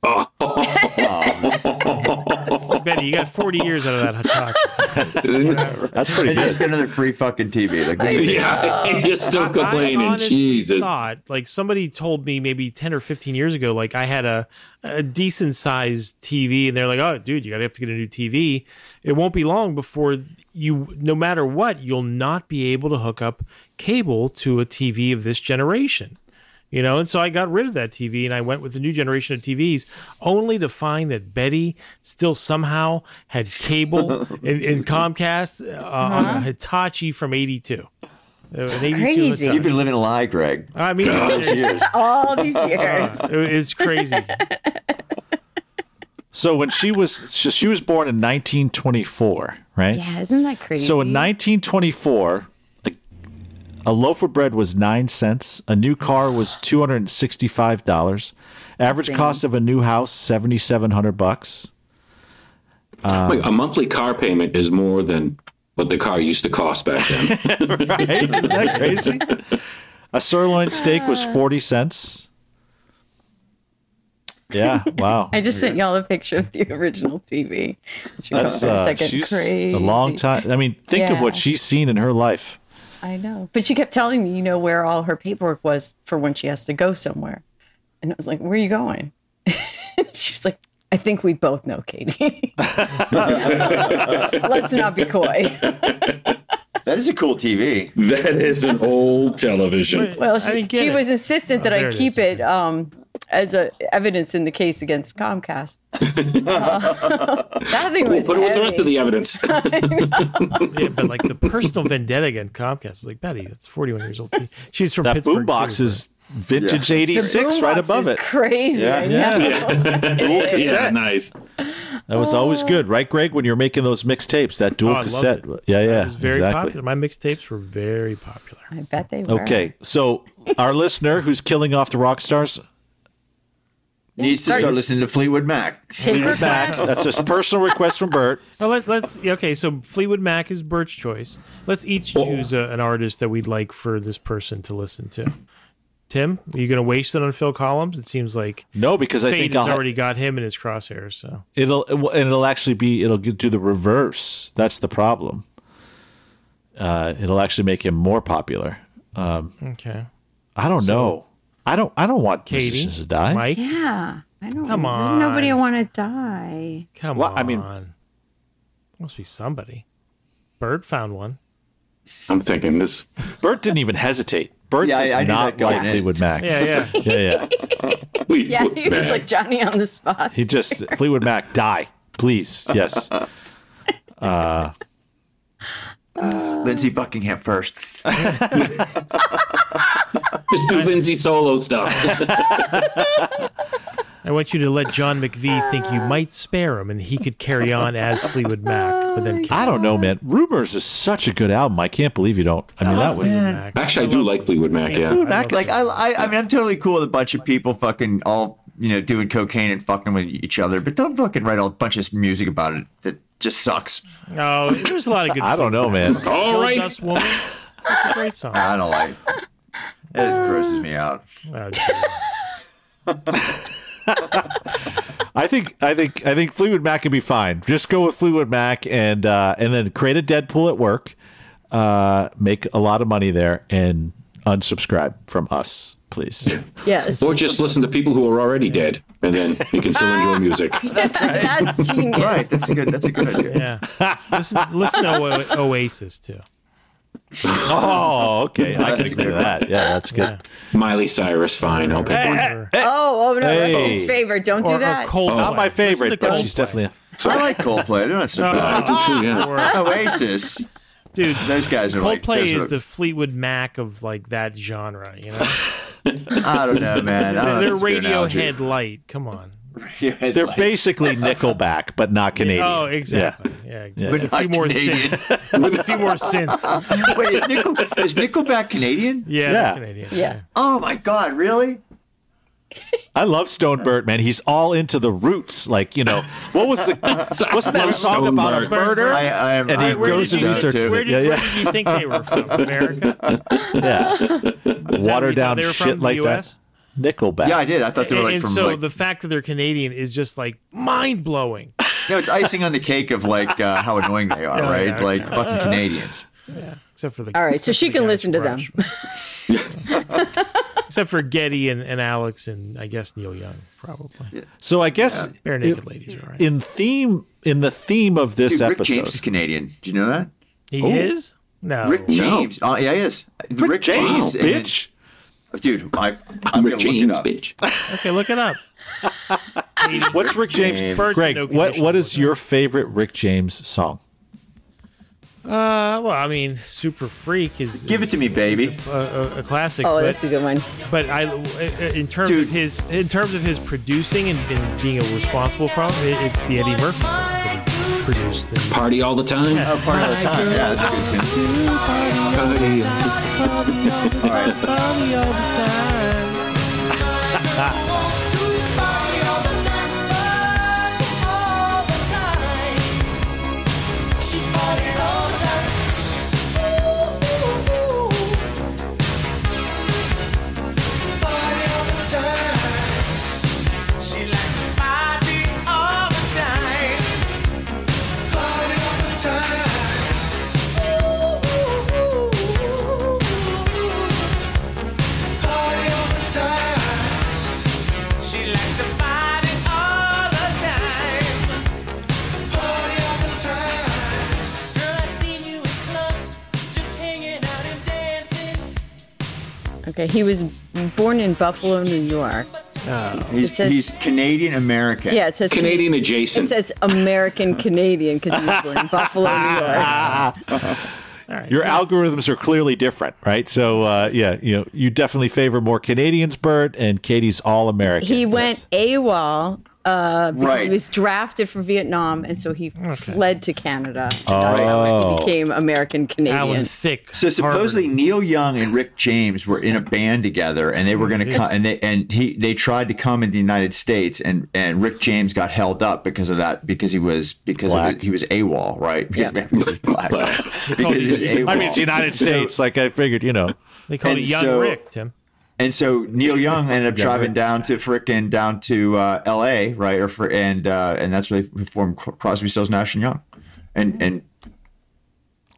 Betty, you got 40 years out [laughs] of that Hitachi. that's pretty And good. just get another free fucking TV. Like, what do you yeah, and you're still I complaining. honestly Jesus. Thought like somebody told me maybe ten or fifteen years ago. Like I had a, a decent sized TV, and they're like, "Oh, dude, you gotta have to get a new TV. It won't be long before you, no matter what, you'll not be able to hook up cable to a TV of this generation." you know. And so I got rid of that TV and I went with the new generation of TVs, only to find that Betty still somehow had [laughs] cable and, and Comcast uh, on a Hitachi from Uh, '82. Crazy. Uh-huh. You've been living a lie, Greg. I [laughs] mean, it- Years. all [laughs] these years. it's crazy. So when she was so she was born in 1924, right? Yeah, isn't that crazy? So in Mm-hmm. 1924, a, a loaf of bread was nine cents. A new car was two hundred and sixty-five dollars. Average cost of a new house seventy-seven hundred bucks. like a monthly car payment is more than what the car used to cost back then. Right? Isn't that crazy? A sirloin steak was Uh. forty cents. Yeah! Wow. [laughs] I just sent y'all a picture of the original TV. She That's goes, "It's uh, like she's a long time. I mean, think of what Yeah. she's seen in her life. I know, but she kept telling me, you know, where all her paperwork was for when she has to go somewhere, and I was like, "Where are you going?" [laughs] She's like, "I think we both know, Katie. [laughs] Let's not be coy." That is a cool TV. that is an old television. Well, I she, didn't get she it. Oh, was insistent that there I it keep is. it um, as a evidence in the case against Comcast. [laughs] that thing We'll was put it with the rest heavy. of [laughs] the evidence. [laughs] Yeah, but like the personal vendetta against Comcast is like Betty. That's 41 years old. She's from That Pittsburgh. boombox too, is vintage '86, Boombox right above is it. Crazy. I know. Yeah. dual yeah, cassette. nice. That was always good, right, Greg? When you're making those mixtapes, that dual Oh, I loved cassette. it. Yeah, yeah, It was very exactly. popular. My mixtapes were very popular. I bet they were. Okay, so our listener who's killing off the rock stars, Needs to start listening to Fleetwood Mac. Take her Mac. class. That's a personal request from Bert. Well, let, let's yeah, okay. So Fleetwood Mac is Bert's choice. Let's each Oh. choose a, an artist that we'd like for this person to listen to. Tim, are you going to waste it on Phil Collins? It seems like No, because I fate think has I'll, already got him in his crosshairs. So it'll it will- and it'll actually be it'll do the reverse. That's the problem. Uh, it'll actually make him more popular. okay, I don't know. I don't. I don't want Katie, musicians to die. Mike, Yeah. I don't Come there's Nobody I on. want to die. come Well, on. I mean- must be somebody. Bert found one. I'm thinking this. Bert didn't even hesitate. Bert Yeah, I- does I knew not that going like in. Fleetwood Mac. Yeah, yeah. yeah, yeah. We Yeah, look he was back. like Johnny on the spot. He just Fleetwood Mac die, please. Yes. Lindsey Buckingham first. just do Lindsay solo stuff. [laughs] I want you to let John McVie think you might spare him, and he could carry on as Fleetwood Mac, but then I don't know, man. Rumors is such a good album. I can't believe you don't. Oh, I mean, that was Mac. Actually, I do like Fleetwood Mac. Yeah, Fleetwood Mac. Like Like, I, I, I mean, I'm totally cool with a bunch of people fucking all you know doing cocaine and fucking with each other, but don't fucking write a bunch of music about it that just sucks. No, Oh, there's a lot of good. [laughs] I don't know, man. all Gold right. Dust Woman. That's a great [laughs] song. I don't like. It It grosses me out. Uh, I think I think I think Fleetwood Mac could be fine. Just go with Fleetwood Mac and uh, and then create a Deadpool at work, uh, make a lot of money there, and unsubscribe from us, please. [laughs] Yes. or just listen to people who are already dead, and then you can still [laughs] enjoy music. That's [laughs] genius. Right, that's a good. That's a good idea. yeah. Listen, listen to o- Oasis too. Oh, okay. I can agree with that. Yeah, that's good. Miley Cyrus, fine. I'll pick one. Or, Oh, oh no, Hey. that's his favorite. Don't or, do or that. Coldplay. Not my favorite, Listen to but she's Coldplay. definitely. I like Coldplay. They're not so bad. Uh, I do too, yeah. Or- Oasis. dude, Those guys are like. Coldplay those is are- the Fleetwood Mac of like that genre. You know, I don't know, man. they're I don't know if it's Uh, a good analogy. Radiohead light. Come on. [laughs] Radiohead They're like- basically Nickelback, but not [laughs] Canadian. Oh, Yeah. exactly. Yeah, exactly. But a few not more Canadian. synths. [laughs] There's a few more [laughs] synths. Wait, is, Nickel, is Nickelback Canadian? Yeah, Yeah. yeah. Canadian. Yeah. Oh my God, really? I love Stone Burt, man. He's all into the roots. Like, you know, what [laughs] was the what's I that love song Stone about a Burt. murder? I, I am. And he I Where goes did, and you, research researches it. where, did, Yeah, yeah. where did you think they were [laughs] from? America? Yeah. Watered down they were shit from the like US? that. Nickelback. Yeah, I did. I thought they were And, like and from so like. the fact that they're Canadian is just like mind blowing. no, it's icing on the cake of like uh, how annoying [laughs] they are, right? yeah, like fucking Canadians. Except for the All right, so except she for the can guys listen to from them. Rush. [laughs] except for Getty and, and Alex and I guess Neil Young probably. So I guess Bare naked ladies are right. in theme in the theme of this Dude, Rick episode. James is Canadian. Do you know that? He is no. Rick James. Oh, yeah, he is. Rick, James, and- bitch. dude. I, I'm I'm gonna Rick look James, it up. bitch. Okay, look it up. What's Rick James? James. Birds Greg, in no what condition what is your favorite Rick James song? Uh, well, I mean, Super Freak is Give it to me, is [laughs] baby. a, a, a classic. Oh, but, that's a good one. But I, uh, in terms Dude. of his, in terms of his producing and, and being responsible for it, it's the Eddie Murphy song that he produced. And Party all the time. Oh, part of the time. Yeah, that's a good tune. Party all the- All right. She likes to party all the time. Party all the time. Girl, I seen you in clubs, just hanging out and dancing. Okay, he was born in Buffalo, New York. He's, says- he's Canadian American. Yeah, it says Canadian It adjacent. says American Canadian because he was born in Buffalo, New [laughs] York. Ah. [laughs] Your algorithms are clearly different, right? So uh, yeah, you know, you definitely favor more Canadians, Bert, and Katie's all American. He Yes. went AWOL. Uh, because Right. He was drafted for Vietnam, and so he fled to Canada. Oh. And he became American Alan Canadian. Thick. So supposedly Harvard. Neil Young and Rick James were in a band together, and they were going to come, and they and he they tried to come in the United States, and and Rick James got held up because of that because he was because of Black. Oh, it, he was AWOL, right? Because [laughs] he was black. because he was AWOL. I mean, it's [laughs] the United States. Like I figured, you know. they called it and Young so- Rick. Tim. And so Neil [laughs] Young ended up driving down to frickin' down to uh, L.A. right, or for and uh, and that's where they formed Cro- Crosby, Stills, Nash and Young, and and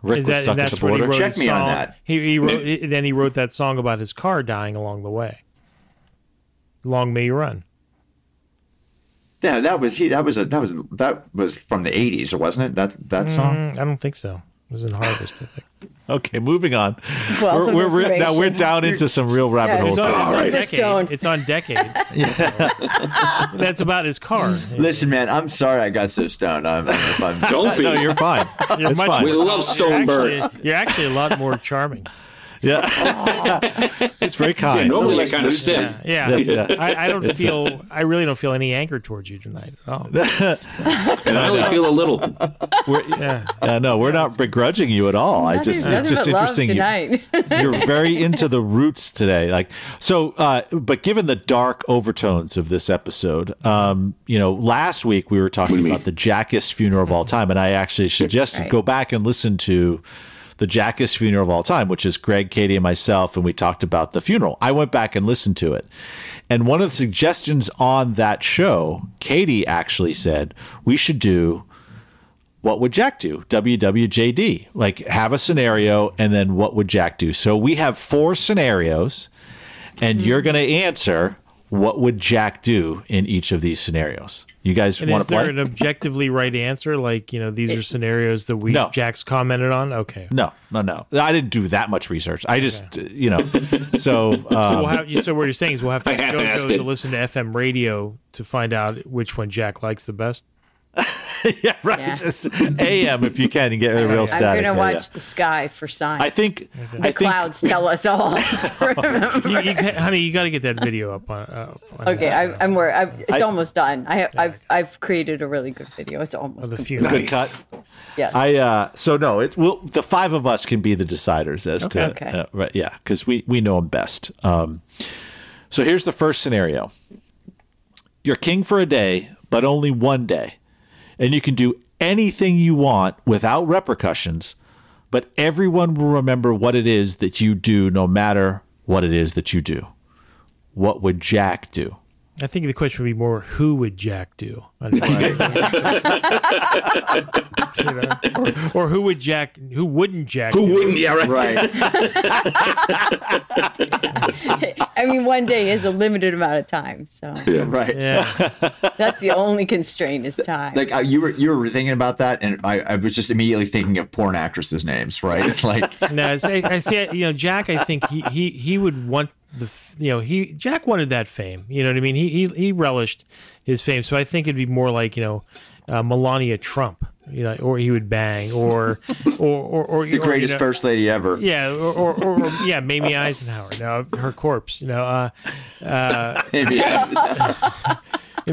Rick Is was that, stuck and at that's the what he border. wrote Check his me on song- that. He, he wrote. Then he wrote that song about his car dying along the way. Long may you run. yeah, that was he. That was a that was that was from the '80s, wasn't it? That that song. Mm, I don't think so. It was in Harvest, I think. Okay, moving on. Wealth We're, of we're, we're- now we're information. down into some real rabbit Yeah, holes. It's on, All it's on right. decade. Superstone. It's on decade. [laughs] That's about his car. Listen, man, I'm sorry I got so stoned. I'm, [laughs] I'm, I'm Don't be. No, you're fine. You're it's much- fine. we love Actually, Stonebird. you're actually a lot more [laughs] charming. yeah, it's very kind. Normally that kind of stiff. Yeah, Yes, yeah. I, I don't feel. I really don't feel any anger towards you tonight at all. And I only feel a little. We're, Yeah, uh, no, we're not begrudging you at all. I Nothing- just it's nothing just but love interesting. you- tonight. [laughs] you're very into the roots today like so uh but given the dark overtones of this episode um you know last week we were talking about the jackest funeral of all time and i actually suggested Right. go back and listen to the jackest funeral of all time which is greg katie and myself and we talked about the funeral i went back and listened to it and one of the suggestions on that show katie actually said we should do what would Jack do? WWJD. Like have a scenario and then what would Jack do? So we have four scenarios and you're going to answer what would Jack do in each of these scenarios. You guys and want is to play? there an objectively right answer? Like you know, these Eh. are scenarios that we No. Jack's commented on. Okay, no, no, no. I didn't do that much research. I just, uh, you know, [laughs] so so, um, we'll have, so what you're saying is we'll have to [laughs] I ask half-assed JoJo to it. listen to FM radio to find out which one Jack likes the best. yeah, right. Yeah. [laughs] Just AM if you can and get a real I'm static. going to there, watch yeah. the sky for signs. I think, the I think, clouds tell [laughs] us all. [laughs] Remember? You, [laughs] you, honey, you got to get that video up on. Uh, on Okay, that, I, I'm worried. I've, it's I- almost done. I, I've I've created a really good video. It's of almost the done. funeral. good cut. yeah. [laughs] I uh so no, it will the five of us can be the deciders as to Okay. uh, right yeah, cuz we we know them best. Um so here's the first scenario. You're king for a day, but only one day. And you can do anything you want without repercussions, but everyone will remember what it is that you do no matter what it is that you do. What would Jack do? I think the question would be more: Who would Jack do? I don't know. or, or who would Jack? Who wouldn't Jack? Who do? wouldn't? Yeah, [laughs] right. right. I mean, one day is a limited amount of time, so Right. Yeah, that's the only constraint is time. Like uh, you were you were thinking about that, and I, I was just immediately thinking of porn [laughs] actresses' names, right? It's like no, I see. I see you know, Jack. I think he he he would want the f- you know he Jack wanted that fame. You know what I mean? He he, he relished his fame. So I think it'd be more like you know uh, Melania Trump. You know, or he would bang, or or or, or The greatest first lady ever. [laughs] Yeah, or, or, or, or yeah, Mamie Eisenhower. Now her corpse. You know, uh, uh, you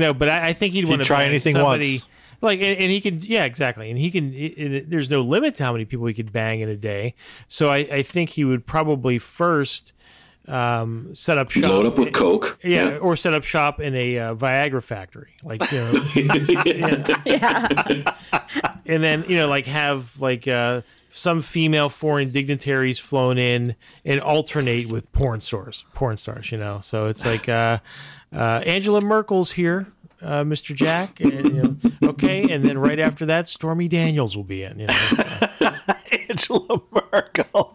know, but I, I think he'd want to try anything somebody, once. Like, and, and he could, yeah, exactly, and he can. It, it, there's no limit to how many people he could bang in a day. So I, I think he would probably first um, set up shop, Load up with coke. yeah, or set up shop in a uh, Viagra factory, like you know, Yeah. [laughs] and then you know, like have like uh, some female foreign dignitaries flown in and alternate with porn stars, porn stars, you know. So it's like uh, uh, Angela Merkel's here. Uh, Mr. Jack, and, you know, okay, and then right after that, Stormy Daniels will be in, you know, Angela Merkel.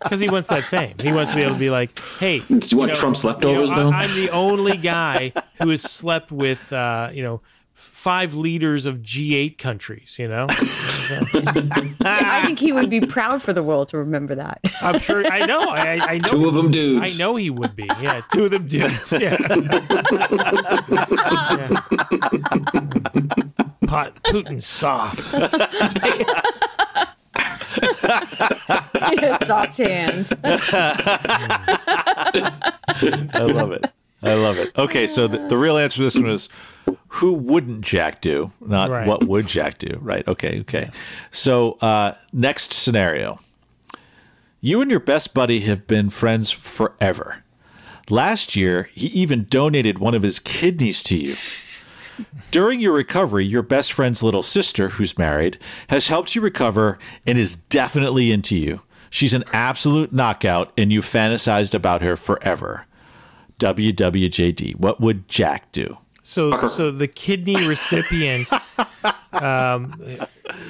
because he wants that fame. He wants to be able to be like, hey, do you want Trump's leftovers, though? I, am the only guy who has slept with, uh, you know, five leaders of G8 countries. You know, I think he would be proud for the world to remember that. [laughs] I'm sure. I know. I, I- I know. Two of them I dudes. know he would be. Yeah, two of them [laughs] dudes. Yeah. Yeah. Pot Putin soft. Soft hands. [laughs] I love it. I love it. Okay, so the, the real answer to this one is who wouldn't Jack do? Not Right. what would Jack do? Right. Okay. Okay. So, uh, next scenario you and your best buddy have been friends forever. Last year, he even donated one of his kidneys to you. During your recovery, your best friend's little sister, who's married, has helped you recover and is definitely into you. She's an absolute knockout, and you fantasized about her forever. WWJD. What would Jack do? So, so the kidney recipient, um,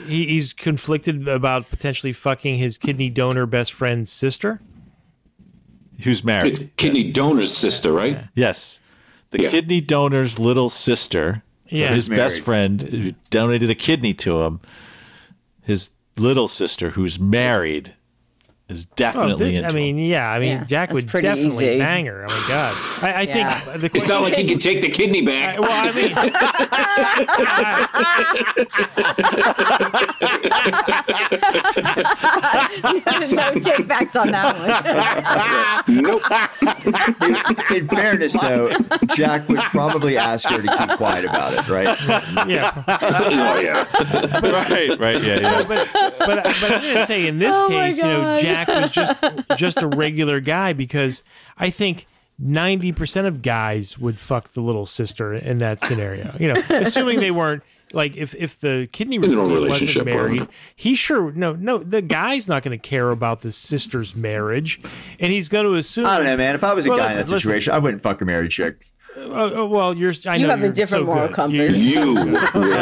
he, he's conflicted about potentially fucking his kidney donor best friend's sister. Who's married? It's kidney donor's sister, right? yes. The Yeah. kidney donor's little sister, so Yeah. his best Married. friend who donated a kidney to him, his little sister who's married is Oh, definitely thi- into Oh, I him. mean, yeah, I mean, Yeah, Jack that's would pretty definitely easy. bang her. Oh my god! I, I Yeah. think the It's not like he can take the kidney back. I- well, I mean, no take backs on that [laughs] one. Nope. In, [laughs] in fairness, though, Jack would probably ask her to keep quiet about it, right? [laughs] yeah, Oh, yeah. [laughs] right, right, [laughs] yeah, yeah. but but, but I'm gonna say in this [laughs] Oh my case, you know, God. Jack was just just a regular guy because I think. 90% of guys would fuck the little sister in that scenario. You know, assuming they weren't like if if the kidney their own recipient relationship, wasn't married, Barbara. he sure no no the guy's not going to care about the sister's marriage and he's going to assume I don't know, man. If I was a Well, guy listen, in that listen. situation, I wouldn't fuck a married chick. Oh, oh, well, you're. I You know have a you're different so moral good. compass. You- You win.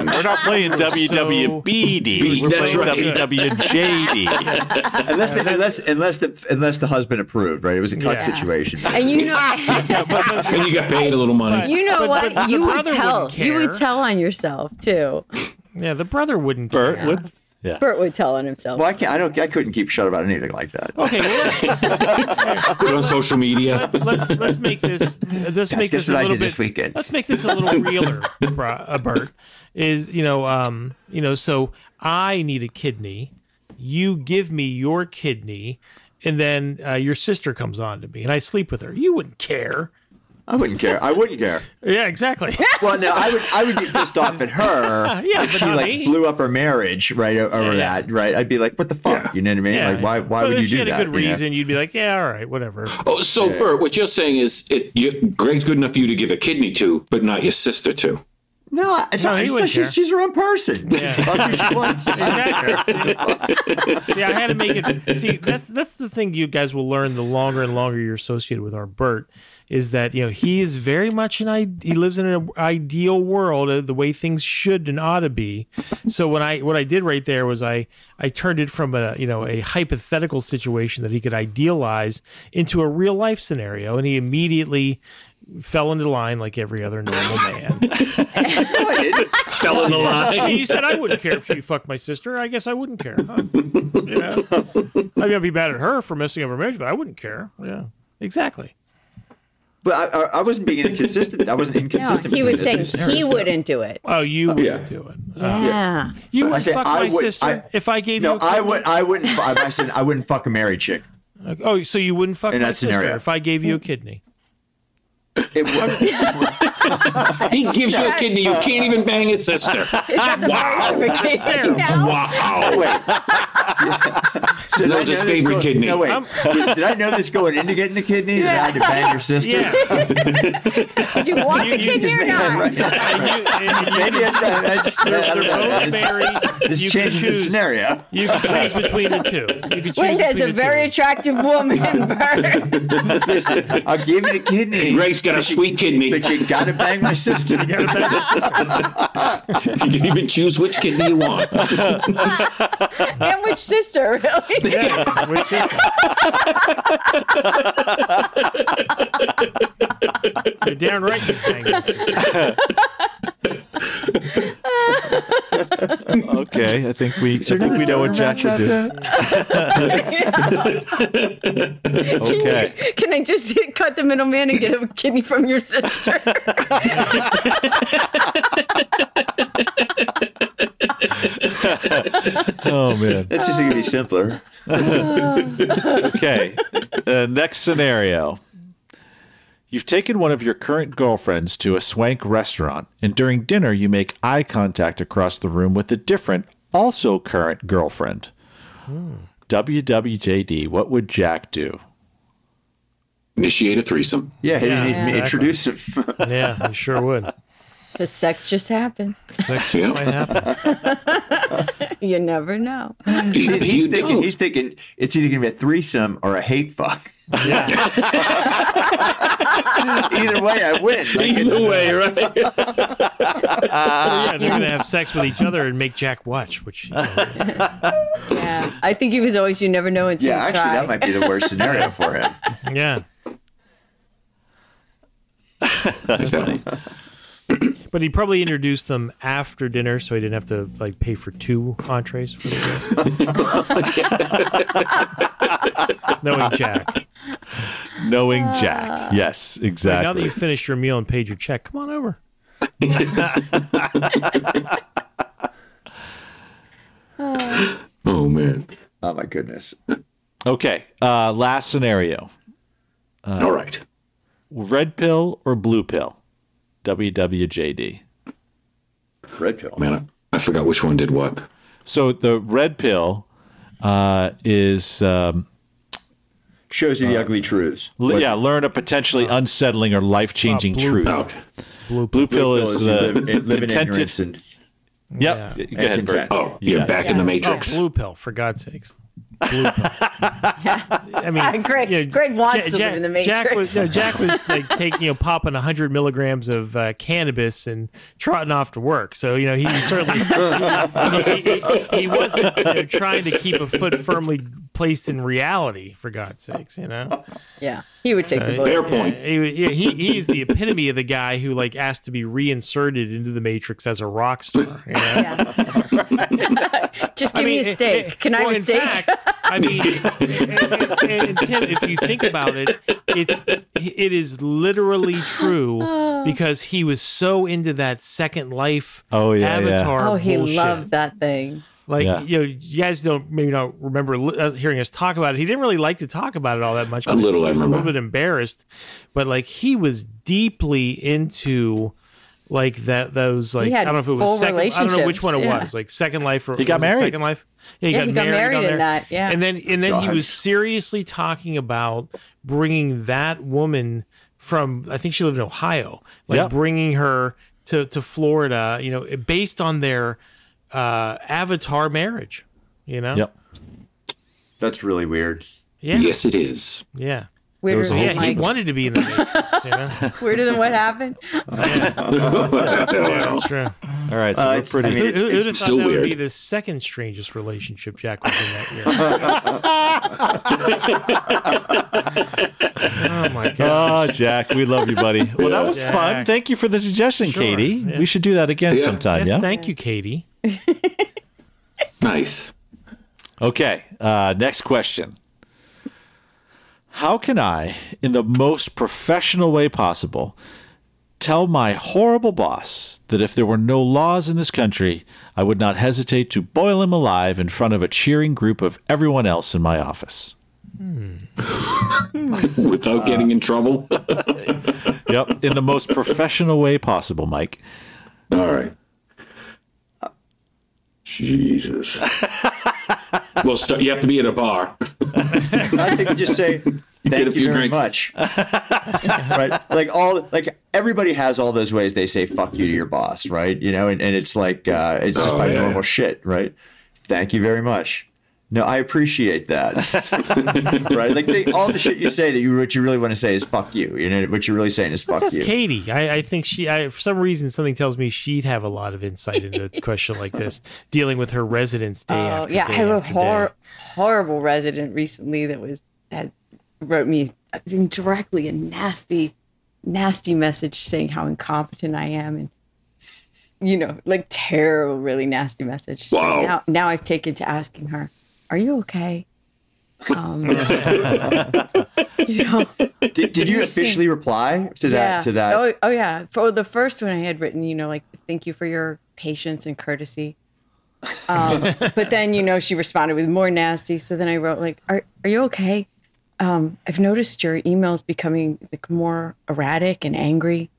We're not playing WWBD. We're That's playing right. WWJD. Unless the, unless unless the unless the husband approved, right? It was a cut Yeah. situation. And you know, And you got paid a little [laughs] money. you know But- what? but the you would brother tell. wouldn't You would care. tell on yourself too. yeah, the brother wouldn't. Bert care. would. Yeah. Bert would tell on himself. Well, I can't. I don't. I couldn't keep shut about anything like that. Okay, well, Put on social media. let's let's make this let's make guess this a what I little did bit. this weekend? Let's make this a [laughs] little realer, bro, uh, Bert. Is you know um you know so I need a kidney, you give me your kidney, and then uh, your sister comes on to me and I sleep with her. You wouldn't care. I wouldn't care. I wouldn't care. Yeah, [laughs] exactly. Well, no, I would. I would get pissed off at her. [laughs] Yeah, if but she not like me. blew up her marriage, right? o- Over yeah. that, right? I'd be like, what the fuck? You know what I mean? Yeah. like, why? Why But would if you she do had that? a good you know? reason, you'd be like, yeah, all right, whatever. Oh, so Bert, what you're saying is, it you, Greg's good enough for you to give a kidney to, but not your sister to. No, it's No, not, he wouldn't it's not- she's, care. she's her own person. Fuck who [laughs] she wants. I don't care. Exactly. See, I had to make it. See, that's that's the thing you guys will learn the longer and longer you're associated with our Bert is that you know he is very much an I- he lives in an ideal world uh, the way things should and ought to be. So when I what I did right there was I I turned it from a you know a hypothetical situation that he could idealize into a real life scenario, and he immediately fell into line like every other normal man. Fell in the And line. he said, I wouldn't care if you fucked my sister. I guess I wouldn't care. Huh? You know? I'm going to be mad at her for messing up her marriage, but I wouldn't care. Yeah. Exactly. But I, I, I wasn't being inconsistent. [laughs] I wasn't No, inconsistent. he with was this. saying he wouldn't do it. Oh, you would yeah. do it. Uh, Yeah. You I would said fuck I my would. sister I- if I gave No, you. a I cookie? would. I wouldn't. fu- I said I wouldn't fuck a married chick. Oh, so you wouldn't fuck In my that sister scenario. if I gave you a kidney? [laughs] It would. He gives you a kidney. You can't even bang his sister. Wow. Wow. Did That I was his know this favorite going- kidney. No wait. I'm- Did, did I know this going into getting the kidney? [laughs] Did I have to bang your sister? [laughs] Yeah. [laughs] Did [laughs] you want You- the you kidney just or Maybe not? I'm [laughs] right. And you- and Maybe you- it's not. I just, I They're don't they're know. I both just- married. This You can changes the choose. scenario. You [laughs] can choose between the two. You can choose Wait, between there's a the very two. attractive woman, [laughs] Bert. Listen, I'll give you the [laughs] kidney. Greg's got a sweet kidney. But you gotta bang my sister. You gotta bang You can even choose which kidney you want. and which sister, really? Yeah, which is- [laughs] You're damn right. you can hang this. Okay, I think we I think we know what Jack would do. [laughs] Okay. Can I just cut the middleman and get a kidney from your [laughs] sister? Oh man. [laughs] That's just gonna be simpler. Okay. Uh, next scenario. You've taken one of your current girlfriends to a swank restaurant, and during dinner, you make eye contact across the room with a different, also current girlfriend. WWJD, what would Jack do? Initiate a threesome. Yeah, he didn't even exactly. introduce [laughs] him. Yeah, you sure would. Because sex just happens. Sex Yeah. might happen. You never know. You- He's you thinking. don't. He's thinking it's either gonna be a threesome or a hate fuck. [laughs] Yeah. Either way, [laughs] I win. Like, it's- Either way, [laughs] right? yeah, they're gonna have sex with each other and make Jack watch, which you know, Yeah. I think he was always, you never know until yeah, you actually, try. that might be the worst scenario for [laughs] him. yeah. That's funny. But he probably introduced them after dinner, so he didn't have to like pay for two entrees. For the guys. Knowing Jack, Knowing Jack. Yes, now that exactly. you finished your meal and paid your check, come on over. Oh man. Oh my goodness. Okay, uh, last scenario All right. red pill or blue pill? WWJD. Red pill. Man, I, I forgot which one did what. So the red pill uh, is. Um, Shows you the ugly truths. L- yeah, learn a potentially Uh, unsettling or life changing Uh, blue truth. pill. Out. Blue, Blue pill Pill is is you live, the in- live in attempted. ignorance and Yeah. Yep. Go ahead, Bert. content. Oh, you're back in the matrix. Oh, blue pill, for God's sakes. Blue pill. I mean, [laughs] Greg- yeah, Greg wants Ja- to live Ja- in the Jack was, Matrix. no, Jack was like taking, you know, popping 100 milligrams of uh, cannabis and trotting off to work. So, you know, he certainly [laughs] he, he- he wasn't you know, trying to keep a foot firmly placed in reality, for God's sakes, you know? Yeah. He would take the bullet. Fair point. He, he, he he is the epitome of the guy who, like, asked to be reinserted into the Matrix as a rock star. You know? Yeah. [laughs] Just give me a eh, eh, steak. Can I well, have a in steak? fact, I [laughs] mean, and, and- and Tim, if you think about it, it's it is literally [sighs] true because he was so into that Second Life Oh, yeah, yeah. Avatar. oh, he bullshit. loved that thing. Like Yeah. you know, you guys don't maybe don't remember li- us- hearing us talk about it. He didn't really like to talk about it all that much. 'cause A little, he I was a little remember. bit embarrassed, but like he was deeply into like that. Those like I had don't know if it full was second. I don't know which relationships, one it yeah. was. Like Second Life. Or, He got was it married. Second Life. Yeah, he, Yeah, got, he got married, married on in there. that, yeah. and then and then he God. was seriously talking about bringing that woman from. I think she lived in Ohio. Like Yeah. bringing her to to Florida. You know, based on their uh, avatar marriage. You uh, know. Yep. That's really weird. Yeah. Yes, it is. [laughs] Yeah. Weirder was a than Yeah, he Mike. wanted to be in the Matrix. You know? Weirder than what happened? That's true. All right, so Uh, we're it's- pretty. I mean, Who, it- who would have it's thought that still would be weird. the second strangest relationship Jack was in that year? oh my god! [laughs] oh, Jack, we love you, buddy. Well, that was fun. Jack. Thank you for the suggestion, Katie. We should do that again Yeah. sometime. Yes, Yeah. thank you, Katie. Nice. Okay. Uh, next question. How can I, in the most professional way possible, tell my horrible boss that if there were no laws in this country, I would not hesitate to boil him alive in front of a cheering group of everyone else in my office? without getting in trouble. [laughs] Yep, in the most professional way possible, Mike. All right. Jesus. well, st- you have to be at a bar. I think we just say get thank a you few very drinks. [laughs] much. right? Like all like everybody has all those ways they say fuck you to your boss, right? You know, and, and it's like uh, it's just Oh, by yeah. normal shit, right? Thank you very much. No, I [laughs] appreciate that. right? Like they, all the shit you say that you what you really want to say is fuck you. You know what you're really saying is fuck Let's ask you. Katie. I, I think she, I, for some reason, something tells me she'd have a lot of insight into a question like this, dealing with her residents day Oh after yeah, I day have a after hor- day. horrible resident recently that was that wrote me directly a nasty, nasty message saying how incompetent I am and you know like terrible, really nasty message. So Wow. now, now I've taken to asking her, "Are you okay?" Um, [laughs] you know, Did, did you You've seen- officially reply to that to that? Oh, oh yeah. For the first one I had written, you know, like thank you for your patience and courtesy. Um, [laughs] but then you know she responded with more nasty. So then I wrote like, "Are are you okay? Um, I've noticed your emails becoming like more erratic and angry,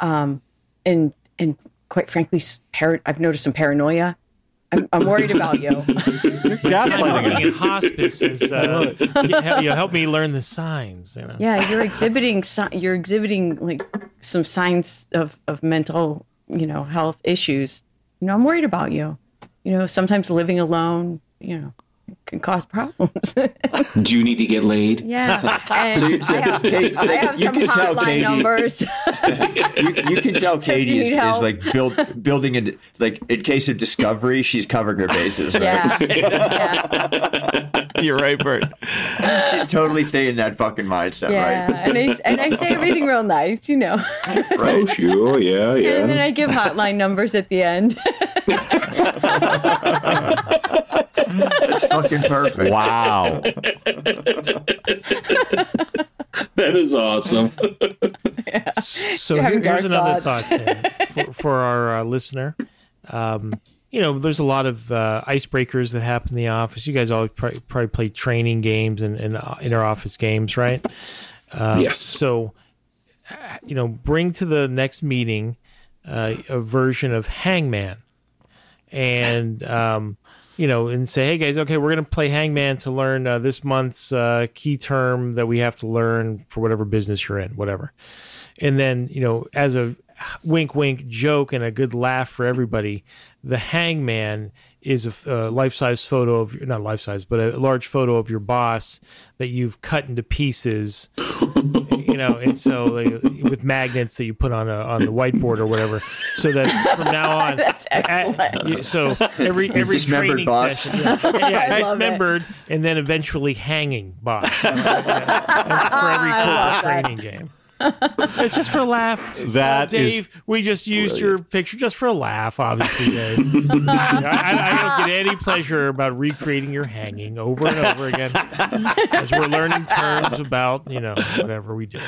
um, and and quite frankly, s- par- I've noticed some paranoia. I'm, I'm worried about [laughs] you." I'm Gaslighting. working in hospice. Is, uh, you help, you help me learn the signs. You know? Yeah, you're exhibiting si- you're exhibiting like some signs of of mental, you know, health issues. You know, I'm worried about you. You know, sometimes living alone, you know, can cause problems. [laughs] Do you need to get laid? yeah. And I have, Kate, I have you some can tell hotline Katie- numbers. you, you can [laughs] tell Katie is, need is help. like build, building it like in case of discovery, she's covering her bases. [laughs] Right? yeah. Yeah. You're right, Bert. She's totally thinking that fucking mindset, yeah. And, I, and I say everything real nice, you know. right? Right. Oh, sure. Yeah, And then I give hotline numbers at the end. [laughs] That's fucking perfect. Wow. That is awesome. So here- You're having here's dark another thoughts. thought then for, for our uh, listener. Um, you know, there's a lot of uh, icebreakers that happen in the office. You guys always probably, probably play training games and, and uh, inter office games, right? yes. So, uh, you know, bring to the next meeting uh, a version of Hangman, and um, you know, and say, hey guys, okay, we're gonna play Hangman to learn uh, this month's uh, key term that we have to learn for whatever business you're in, whatever. And then, you know, as a wink, wink joke and a good laugh for everybody, the Hangman is a f- a, life-size photo of not life-size, but a large photo of your boss that you've cut into pieces [laughs] you know, and so like, with magnets that you put on a, on the whiteboard or whatever, so that from now on, [laughs] That's excellent. at- you- so every every dismembered training boss. session, yeah, yeah, [laughs] I love it. dismembered, and then eventually hanging boss for every cool training game. It's just for a laugh. That is Dave, we just used your picture just for a laugh, obviously, [laughs] Dave. I, I, I don't get any pleasure about recreating your hanging over and over [laughs] again as we're learning terms about, you know, whatever we do.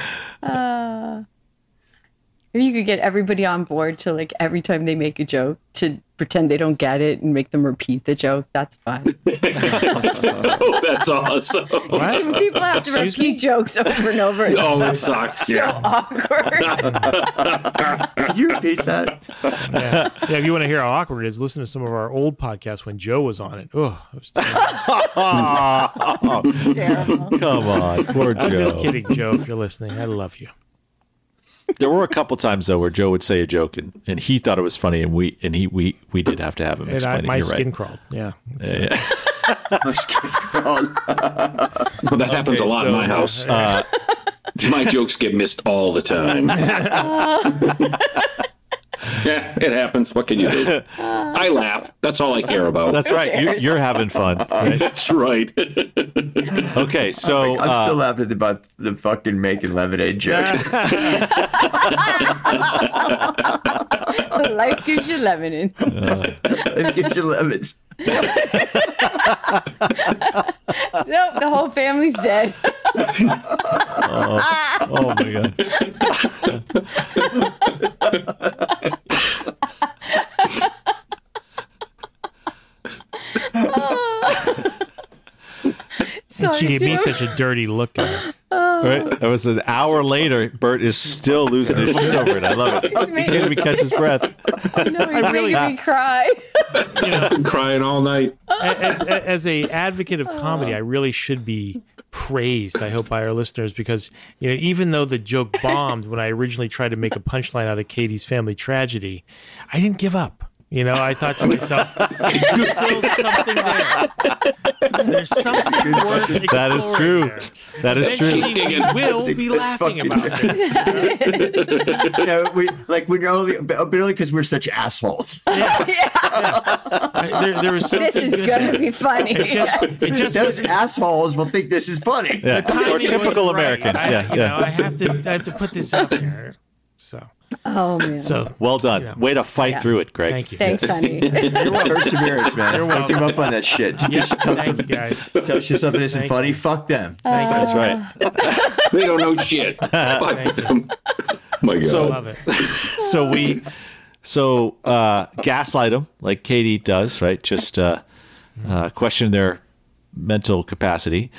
Maybe you could get everybody on board to like every time they make a joke to pretend they don't get it and make them repeat the joke. That's fun. oh, [laughs] that's awesome. What? [laughs] People have to Excuse repeat jokes over and over. It's Oh, it sucks. Yeah. awkward. [laughs] Could you repeat that? Yeah. yeah, if you want to hear how awkward it is, listen to some of our old podcasts when Joe was on it. Oh, I was terrible. Terrible. Come on, poor Joe. I'm just kidding, Joe, if you're listening. I love you. There were a couple times though where Joe would say a joke and, and he thought it was funny and we and he we we did have to have him And explain I, it. my You're skin right. crawled. Yeah. [laughs] Well, that happens a lot in so, my house. [laughs] my jokes get missed all the time. [laughs] yeah, it happens. What can you do? I laugh. That's all I care about. That's, That's right. You're, you're having fun. right? [laughs] right. Okay, so I'm uh, still laughing about the fucking making lemonade joke. Life gives you lemon. [laughs] Let me get your lemons. Nope, the whole family's dead. [laughs] [laughs] Oh my god. Sorry, She gave me Jim. [laughs] such a dirty look. guys. Right? That was an hour later. Bert is still losing his shit over it. I love it. He can't even catch his breath. No, he's making me cry. Been crying all night. As, as, as a advocate of comedy, I really should be praised. I hope by our listeners because you know, even though the joke bombed when I originally tried to make a punchline out of Katie's family tragedy, I didn't give up. You know, I thought to myself, there's still something there. There's something worth That is exploring true. there. That is true. Eventually, Keep we digging. will be laughing about this. You know, we like when you're only barely because we're [laughs] such assholes. I- there, there [laughs] was something [laughs] This is good going to there. be funny. It just, it just Those was assholes will think this is funny. Yeah. timing Or was typical right. American. I, Yeah, you yeah. know, I have to, I have to put this out there. So, [laughs] Oh man. so Well done. Yeah. Way to fight Yeah. through it, Greg. thank you. Thanks, honey. Perseverance, man. You're Don't give welcome. up on that shit. Yep, Just tell, thank you guys. Uh, tell you something isn't Thank funny. you. Fuck them. Thank you. That's right. They don't know [laughs] shit. Fuck them. My God. So- Love it. So we so uh gaslight them like Katie does, right? Just uh, uh question their mental capacity.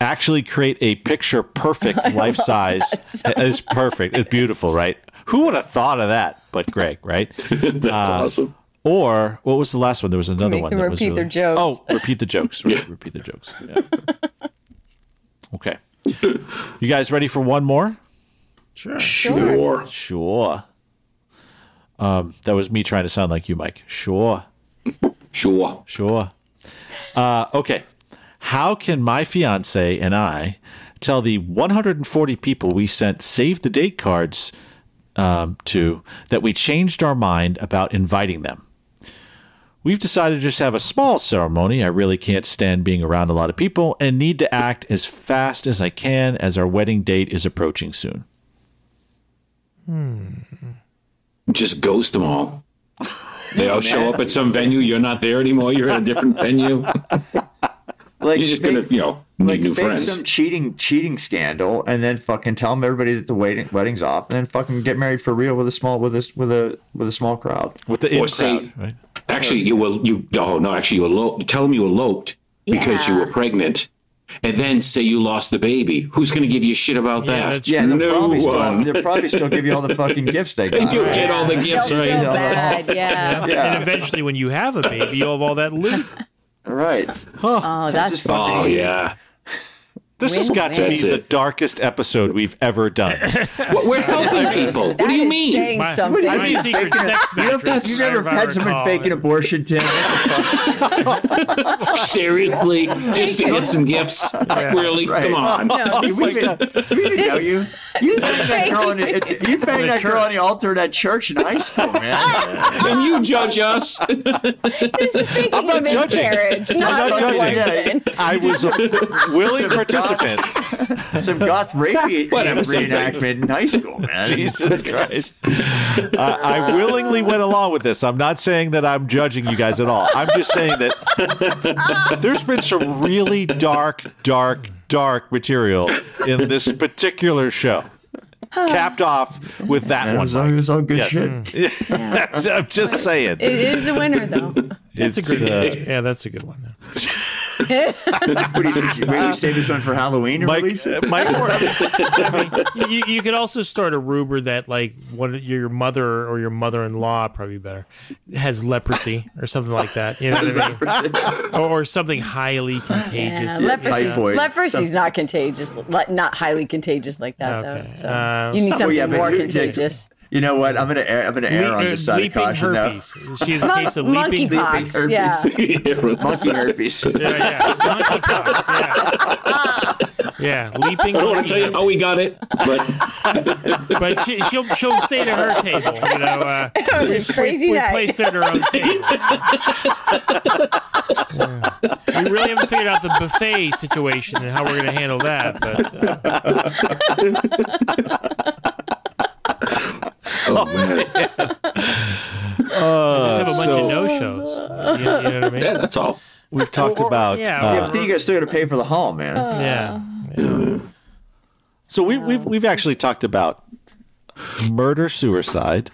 Actually create a [laughs] picture perfect life size. [laughs] It's perfect. It's beautiful, right? Who would have thought of that? But Greg, right? that's awesome. Or what was the last one? There was another Make one. them that was repeat their jokes. Oh, repeat the jokes. Re- Repeat the jokes. [laughs] Yeah. Okay. You guys ready for one more? Sure. Sure. Um, that was me trying to sound like you, Mike. Sure. Sure. Sure. Uh, okay. How can my fiance and I tell the 140 people we sent save the date cards um, to that we changed our mind about inviting them? We've decided to just have a small ceremony. I really can't stand being around a lot of people and need to act as fast as I can as our wedding date is approaching soon. Just ghost them all. They Oh, all show up at some venue. You're not there anymore. You're at a [laughs] different venue. Like You're just gonna, make- you know, need like new fake friends. some cheating cheating scandal, and then fucking tell them everybody that the wedding wedding's off, and then fucking get married for real with a small with a with a with a small crowd. With the in Or say- crowd, right? Actually, you will. You oh no. Actually, you elope. Tell them you eloped because you Yeah. were pregnant, and then say you lost the baby. Who's going to give you shit about Yeah, that? that's Yeah, they'll, no probably still, one. they'll probably still give you all the fucking gifts [laughs] they got. You get all the Don't gifts feel right. [laughs] bad. Yeah. And eventually, when you have a baby, you'll have all that loot. Right. Oh, that's Just fucking Oh easy. yeah. This has got to be Win-win. the That's it. darkest episode we've ever done. What, [laughs] we're helping people. What do you That is mean? Saying My, something. my secret sex mattress. You never if I had someone recall. fake an abortion, [laughs] Tim? [laughs] Seriously, just to get some gifts? Really? right. Come on. we didn't, we didn't know you. You banged that [laughs] girl in, the- you banged that girl on the altar at that church in high [laughs] school, man. And you judge [laughs] us. This is thinking I'm not of judging. miscarriage, I'm not not judging. abortion. [laughs] I was a [laughs] willing participant. Some goth rape [laughs] Whatever, something. reenactment in high school, man. Jesus Christ. I, I willingly went along with this. I'm not saying that I'm judging you guys at all. I'm just saying that there's been some really dark, dark, dark material in this particular show. Capped off with that It one. was all, it was all good Yes. shit. [laughs] Mm. I'm just saying. It is a winner, though. That's a It's, good uh, one. Yeah, that's a good one. What do you suggest- Maybe Uh, save this one for Halloween and Mike, release it. [laughs] Mike, I mean, you, you could also start a rumor that like one of your mother or your mother-in-law probably better has leprosy or something like that. You know what [laughs] I mean? Or, or something highly Yeah, contagious. leprosy's, Typhoid. leprosy's not contagious, le- not highly contagious like that Okay. though. So Uh, you need something Well, yeah, but more you- contagious. You know what? I'm gonna air, I'm gonna air on Le- the side of leaping caution now. herpes. She has a Mon- case of leaping herpes. monkeypox. Yeah, [laughs] Monkey herpes. Yeah, yeah. Monkeypox, yeah. yeah, leaping. I don't want to tell you how we got it, but but she, she'll she'll stay to her table. You know, [laughs] uh, That was a crazy we night. placed her at her own [laughs] table. Yeah. We really haven't figured out the buffet situation and how we're going to handle that. But uh, oh [laughs] man, just Uh, have a bunch so- of no shows. You, you know what I mean? yeah, that's all. we've talked about yeah, uh, or- Uh. I think you guys still gotta pay for the hall, man. Yeah. So we, Um, we've we've actually talked about murder suicide.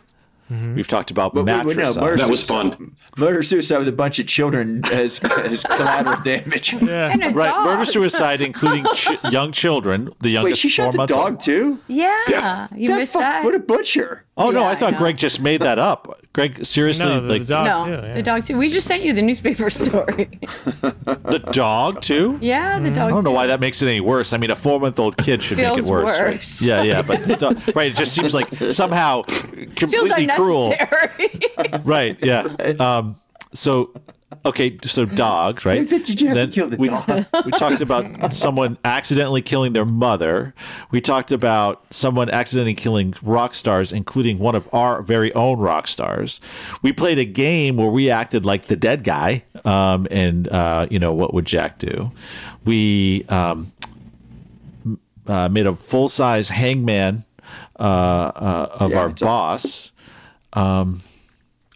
Mm-hmm. We've talked about But wait, wait, no, matricide. murder- That was fun. Murder suicide with a bunch of children as, as collateral [laughs] [laughs] damage. And a right, dog. murder suicide including ch- [laughs] young children, the youngest Wait, she four shot the months old. dog too? Yeah, you that missed fuck- that. What a butcher! Oh no, Yeah, I I thought know. Greg just made that up. Greg, seriously, No, the, like the the dog no, too. Yeah. the dog too. We just sent you the newspaper [laughs] story. dog, too? yeah, Mm. the dog. Oh, I don't know why that makes it any worse. I mean, a four-month-old kid should make it Feels worse. right? worse. Yeah, yeah, but the dog, right, it just seems like somehow [laughs] feels completely [laughs] cruel. unnecessary. [laughs] Right? Yeah. Um, so, okay, so dogs, right? But did you have to kill the we, dog? [laughs] we talked about someone accidentally killing their mother. We talked about someone accidentally killing rock stars, including one of our very own rock stars. We played a game where we acted like the dead guy, um, and uh, you know what would Jack do? We um, m- uh, made a full size hangman uh, uh, of Yeah, our it's a- boss. I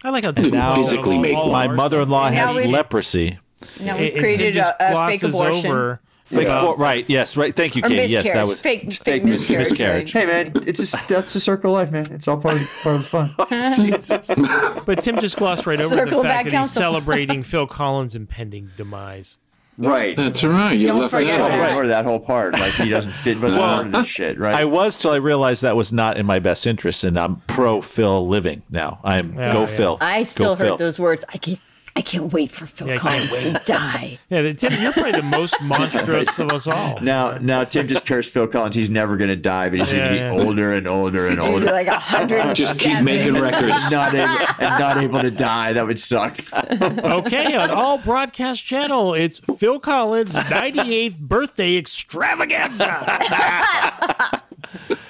like how they now physically make all My our- mother in law And now has we've- leprosy. now it- we've it created just a, a fake glosses abortion over- Fake Yeah. abort- right? Yes, right. Thank you, or Katie. miscarriage. Yes, that was fake, fake, fake miscarriage. miscarriage. Hey man, it's just that's the circle of life, man. It's all part of, part of the fun. But Tim just glossed right over the Circle fact back, that he's counsel. [laughs] celebrating Phil Collins' impending demise. [laughs] right. That's right. You Don't left forget that Or out. Right. that whole part, like [laughs] he doesn't did wasn't Well, part of this shit, right? I was till I realized that was not in my best interest, and I'm pro Phil living now. I'm Yeah, go yeah. Phil. I Go still heard Phil. those words. I can't. I can't wait for Phil Yeah, I can't Collins to die. Yeah, the- Tim, you're probably the [laughs] most monstrous of us all. now, now Tim just cursed Phil Collins. He's never gonna die, but he's Yeah, gonna be yeah. older and older and Oh, [laughs] You're older. like a hundred. Just keep making [laughs] records. not able, and not able to die. That would suck. Okay, on all broadcast channel, it's Phil Collins' [laughs] 98th birthday extravaganza.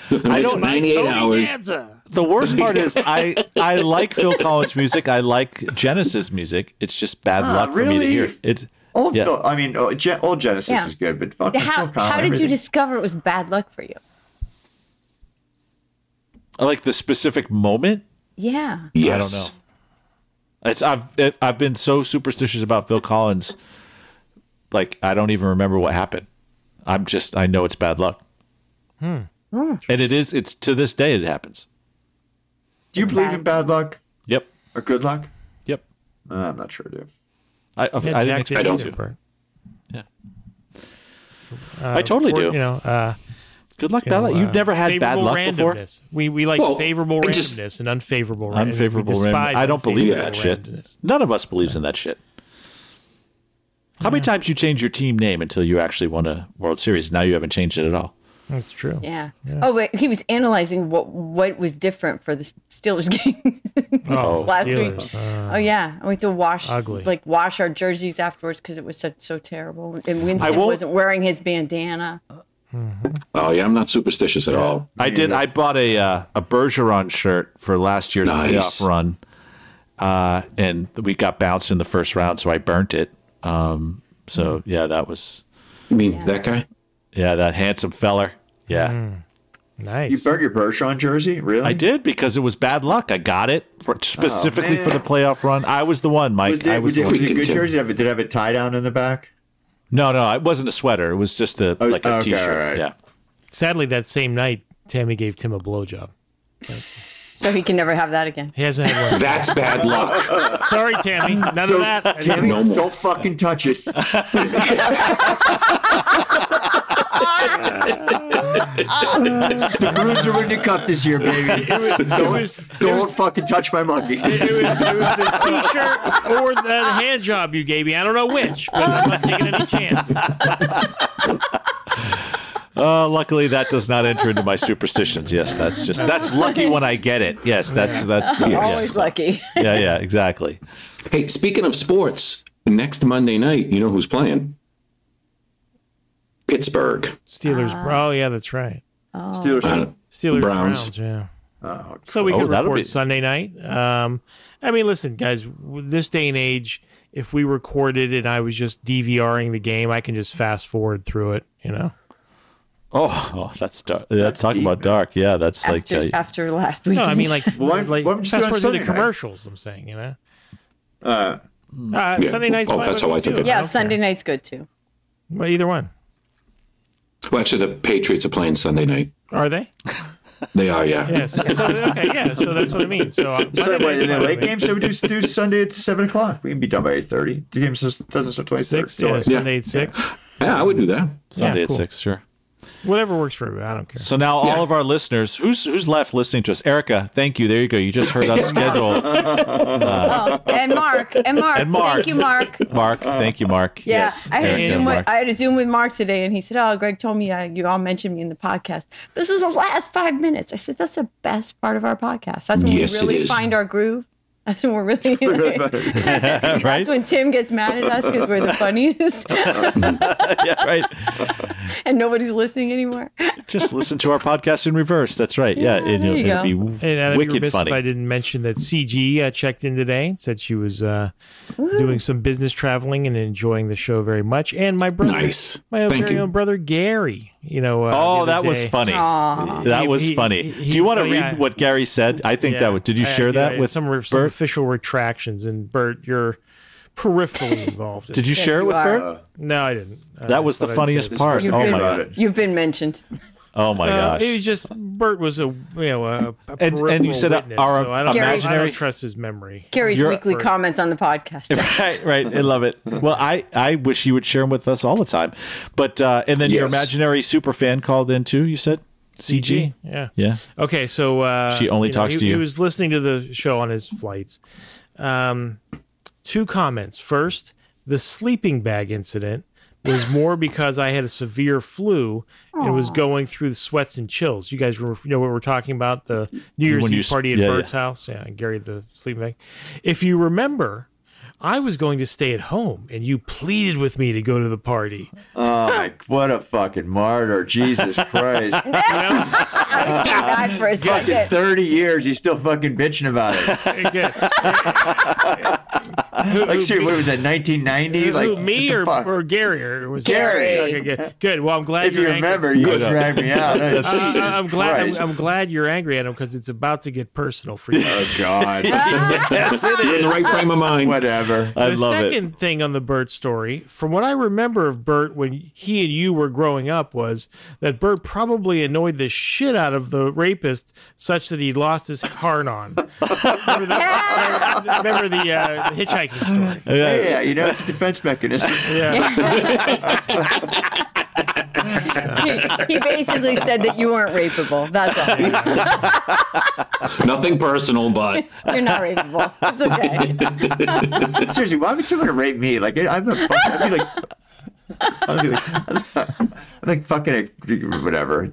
The next 98 hours. Extravaganza. The worst [laughs] part is I I like Phil Collins music. I like Genesis music. It's just bad luck for me to Ah, really? hear. It's Old Yeah. Phil, I mean, oh, Gen- old Genesis Yeah. is good, but fucking How, Phil Collins. how did you everything. discover it was bad luck for you? I like the specific moment. Yeah. Yes. It's I've it, I've been so superstitious about Phil Collins, like I don't even remember what happened. I'm just I know it's bad luck. And it is. It's to this day it happens. Do you believe in bad luck Yep. or good luck? Yep. Uh, I'm not sure, dude. I, I, Yeah, I Jack didn't expect didn't you either, to. Bert. I totally Or, do. You know, uh, Good luck, bad luck. You've uh, never had bad favorable luck before. randomness. We we like Well, favorable I randomness just- and unfavorable randomness. Unfavorable We random. despise I don't believe in unfavorable that shit. randomness. None of us believes in that shit. How many times you change your team name until you actually won a World Series? Now you haven't changed it at all. That's true. Yeah. Oh wait, he was analyzing what what was different for the Steelers [laughs] game Oh, last Steelers. week. oh yeah, I went to wash Ugly. like wash our jerseys afterwards because it was such, so terrible. And Winston won't- wasn't wearing his bandana. Oh, yeah. I'm not superstitious at all. I did. I bought a uh, a Bergeron shirt for last year's Nice. playoff run, uh, and we got bounced in the first round, so I burnt it. Um, so yeah, that was You mean that guy? yeah that handsome feller. Yeah, Mm-hmm. Nice. You burnt your Bergeron jersey, really? I did because it was bad luck. I got it for- specifically for Oh, man. the playoff run. I was the one, Mike. Was, it- I was was, the it- one. was it a good Continue. jersey? Did it have a tie down in the back? No, no, it wasn't a sweater. It was just a Oh, like a okay, shirt all right. Yeah. Sadly, that same night, Tammy gave Tim a blowjob. So he can never have that again. He hasn't had one. That's [laughs] bad luck. Sorry, Tammy. None of that. Damn it, No more. don't fucking [laughs] touch it. the Bruins are winning the cup this year, baby. It was, Don't fucking touch my monkey. it was, it was the T-shirt or the hand job you gave me. I don't know which, but I'm not taking any chances. Uh, luckily, that does not enter into my superstitions. Yes, that's just that's lucky when I get it. Yes, that's that's uh, Always yes. lucky. Yeah, yeah, exactly. Hey, speaking of sports, next Monday night, you know who's playing? Pittsburgh. Steelers. oh yeah, that's right. Steelers. Uh, Steelers Browns. Browns. Yeah. so we cool. could Oh, that'll record be- Sunday night. Um, I mean, listen, guys, w- this day and age, if we recorded and I was just DVRing the game, I can just fast forward through it. You know. Oh, oh, that's dark. Yeah, talk about dark. Yeah, that's like [laughs] After, uh, after last week. No, I mean [laughs] like, why- like why don't you do fast it on forward through the Sunday night? commercials. I'm saying, you know. Uh, Sunday night's Oh, fine with that's how me, I took too. it. I yeah, don't Sunday care. night's good too. Well, either one. Well, actually, the Patriots are playing Sunday night. Are they? They are, yeah. Yes. So, okay. Yeah. So that's what I mean. So uh, So Monday wait, night's in the fine with late me. game, should we do, do Sunday at seven o'clock? We can be done by eight thirty. The game just doesn't start till eight thirty. six. Yeah. Sunday at six. Yeah, I would do that. Sunday cool. at six, sure. Whatever works for you. I don't care. So now Yeah. all of our listeners, who's who's left listening to us? Erica, thank you. There you go. You [laughs] just heard us schedule. Oh, and Mark. And Mark. And Mark. Thank you, Mark. Mark, thank you, Mark. Yeah, yes, I, had a Erica, Zoom with, Mark. I had a Zoom with Mark today, and he said, "Oh, Greg told me uh, you all mentioned me in the podcast. This is the last five minutes." I said, "That's the best part of our podcast. That's when Yes, it we really is. find our groove. That's when we're really. [laughs] right? That's when Tim gets mad at us because we're the funniest, [laughs] yeah, right. and nobody's listening anymore. Just listen to our podcast in reverse. That's right. Yeah, Yeah, there it'll, you it'll go. be And I'd be wicked remiss funny. if I didn't mention that CG uh, checked in today. and Said she was uh, doing some business traveling and enjoying the show very much. And my brother, Nice. my own Thank very you. own brother Gary. You know. Uh, the Oh, other that was day- funny. That He- was he- funny. he- Do you want to oh, read yeah. what Gary said? I think Yeah. that would. Did you I- share yeah, that it's with some, re- some Bert? official retractions? And Bert, you're [laughs] peripherally involved. In Did you share it you with are. Bert? No, I didn't. Uh, That was the but I'd funniest say this- part. You've Oh been, my about god. it. you've been mentioned. Oh my Uh, it gosh. was just Bert was a you know a, a and you peripheral said, uh, witness, our so I don't, I imaginary- don't trust his memory. Gary's You're- weekly comments on the [laughs] podcast. [laughs] Right, right. I love it. Well, I, I wish you would share them with us all the time. But uh, and then your Yes. imaginary super fan called in too. You said CG. Yeah. Yeah. Okay, so uh, She only know, talks he- to you. He was listening to the show on his flights. Um, two comments. First, the sleeping bag incident was more because I had a severe flu and was going through the sweats and chills. You guys remember, you know what we're talking about the New Year's When you Eve s- party at yeah, Bert's house. Yeah, and Gary had the sleeping bag. If you remember. I was going to stay at home, and you pleaded with me to go to the party. Oh my! What a fucking martyr! Jesus Christ! God, for a fucking second. [laughs] thirty years, he's still fucking bitching about [laughs] it. Again, [laughs] Like, shoot, what was that? Nineteen ninety? Who, Like who, me what the or, fuck? or Gary? Or was Gary. Okay, good. good. Well, I'm glad If you're you angry. remember, you Good. dragged [laughs] me out. Uh, Jesus I'm glad. I'm, Christ. I'm glad you're angry at him because it's about to get personal for you. [laughs] Oh God! You're in the right frame of mind. Whatever. I the love second thing on the Bert story, from what I remember of Bert when he and you were growing up, was that Bert probably annoyed the shit out of the rapist such that he lost his heart [laughs] on. remember the, remember the, uh, the hitchhiking story? it. Yeah. Yeah, yeah, you know, it's a defense mechanism. [laughs] He, he basically said that you weren't rapeable. That's all. Nothing personal, but You're not rapeable. It's okay. Seriously, why would someone rape me? Like, I'm the fuck. I'd be like, I'd be like, [laughs] I'm, like fucking a, whatever.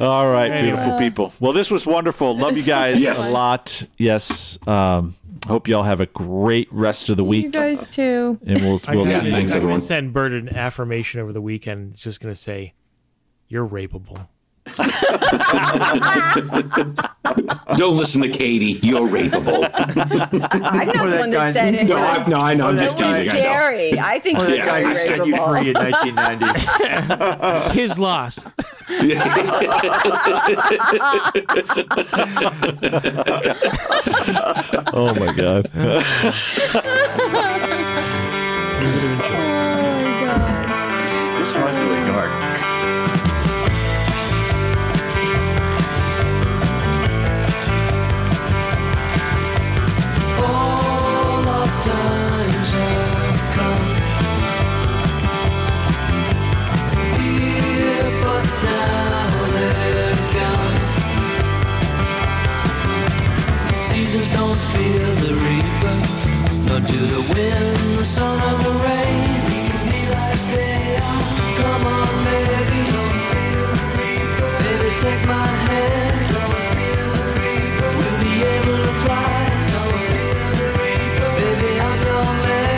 All right, beautiful people. Well, this was wonderful. Love you guys Yes. a lot. Yes. Um, hope y'all have a great rest of the week. You guys too. and we'll I'm gonna- Yeah, we'll see. I'm thanks, gonna everyone. Send Bert an affirmation over the weekend. It's just going to say, "You're rapeable." don't listen to Katie. You're rapeable. I'm not that the one that guy- said it. [laughs] No, I've, no, I know. I'm just It was teasing. I know. Gary. I think That he's Yeah, guy very who set you rapeable. free in 1990. His loss. Oh my [laughs] god. this was really dark. Seasons don't feel the reaper, nor do the wind, the sun, or the rain. We can be like they are. Come on, baby, don't feel the reaper. Baby, take my hand. Don't feel the reaper. We'll be able to fly. Don't feel the reaper. Baby, I'm your man.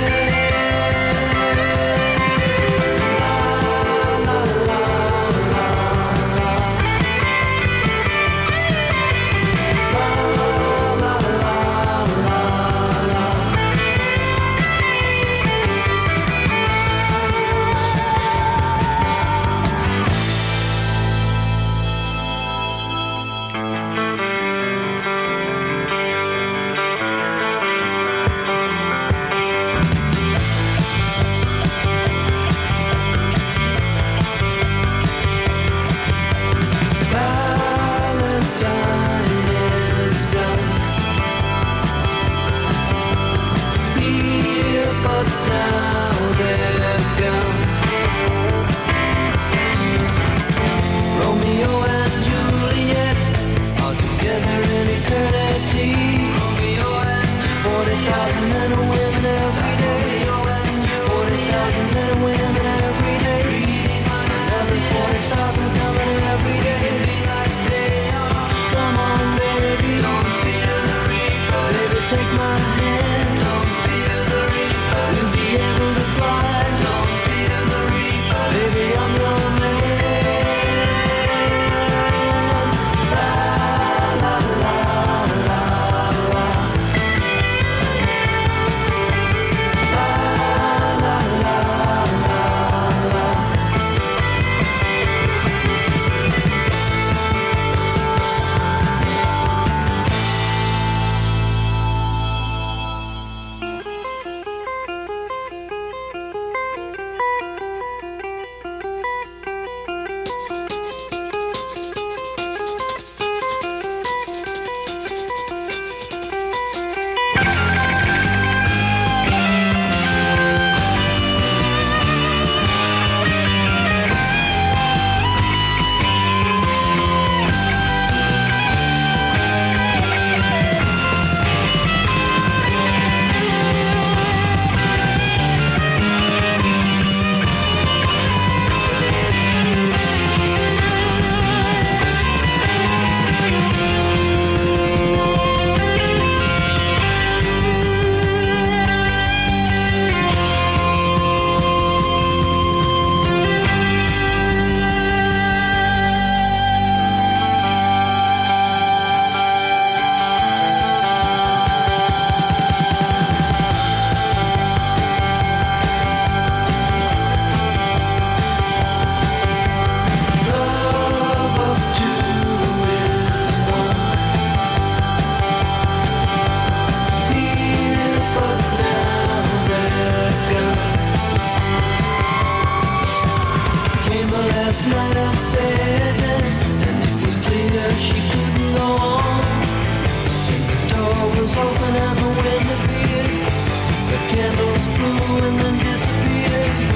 Candles blew and then disappeared.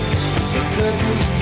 The curtains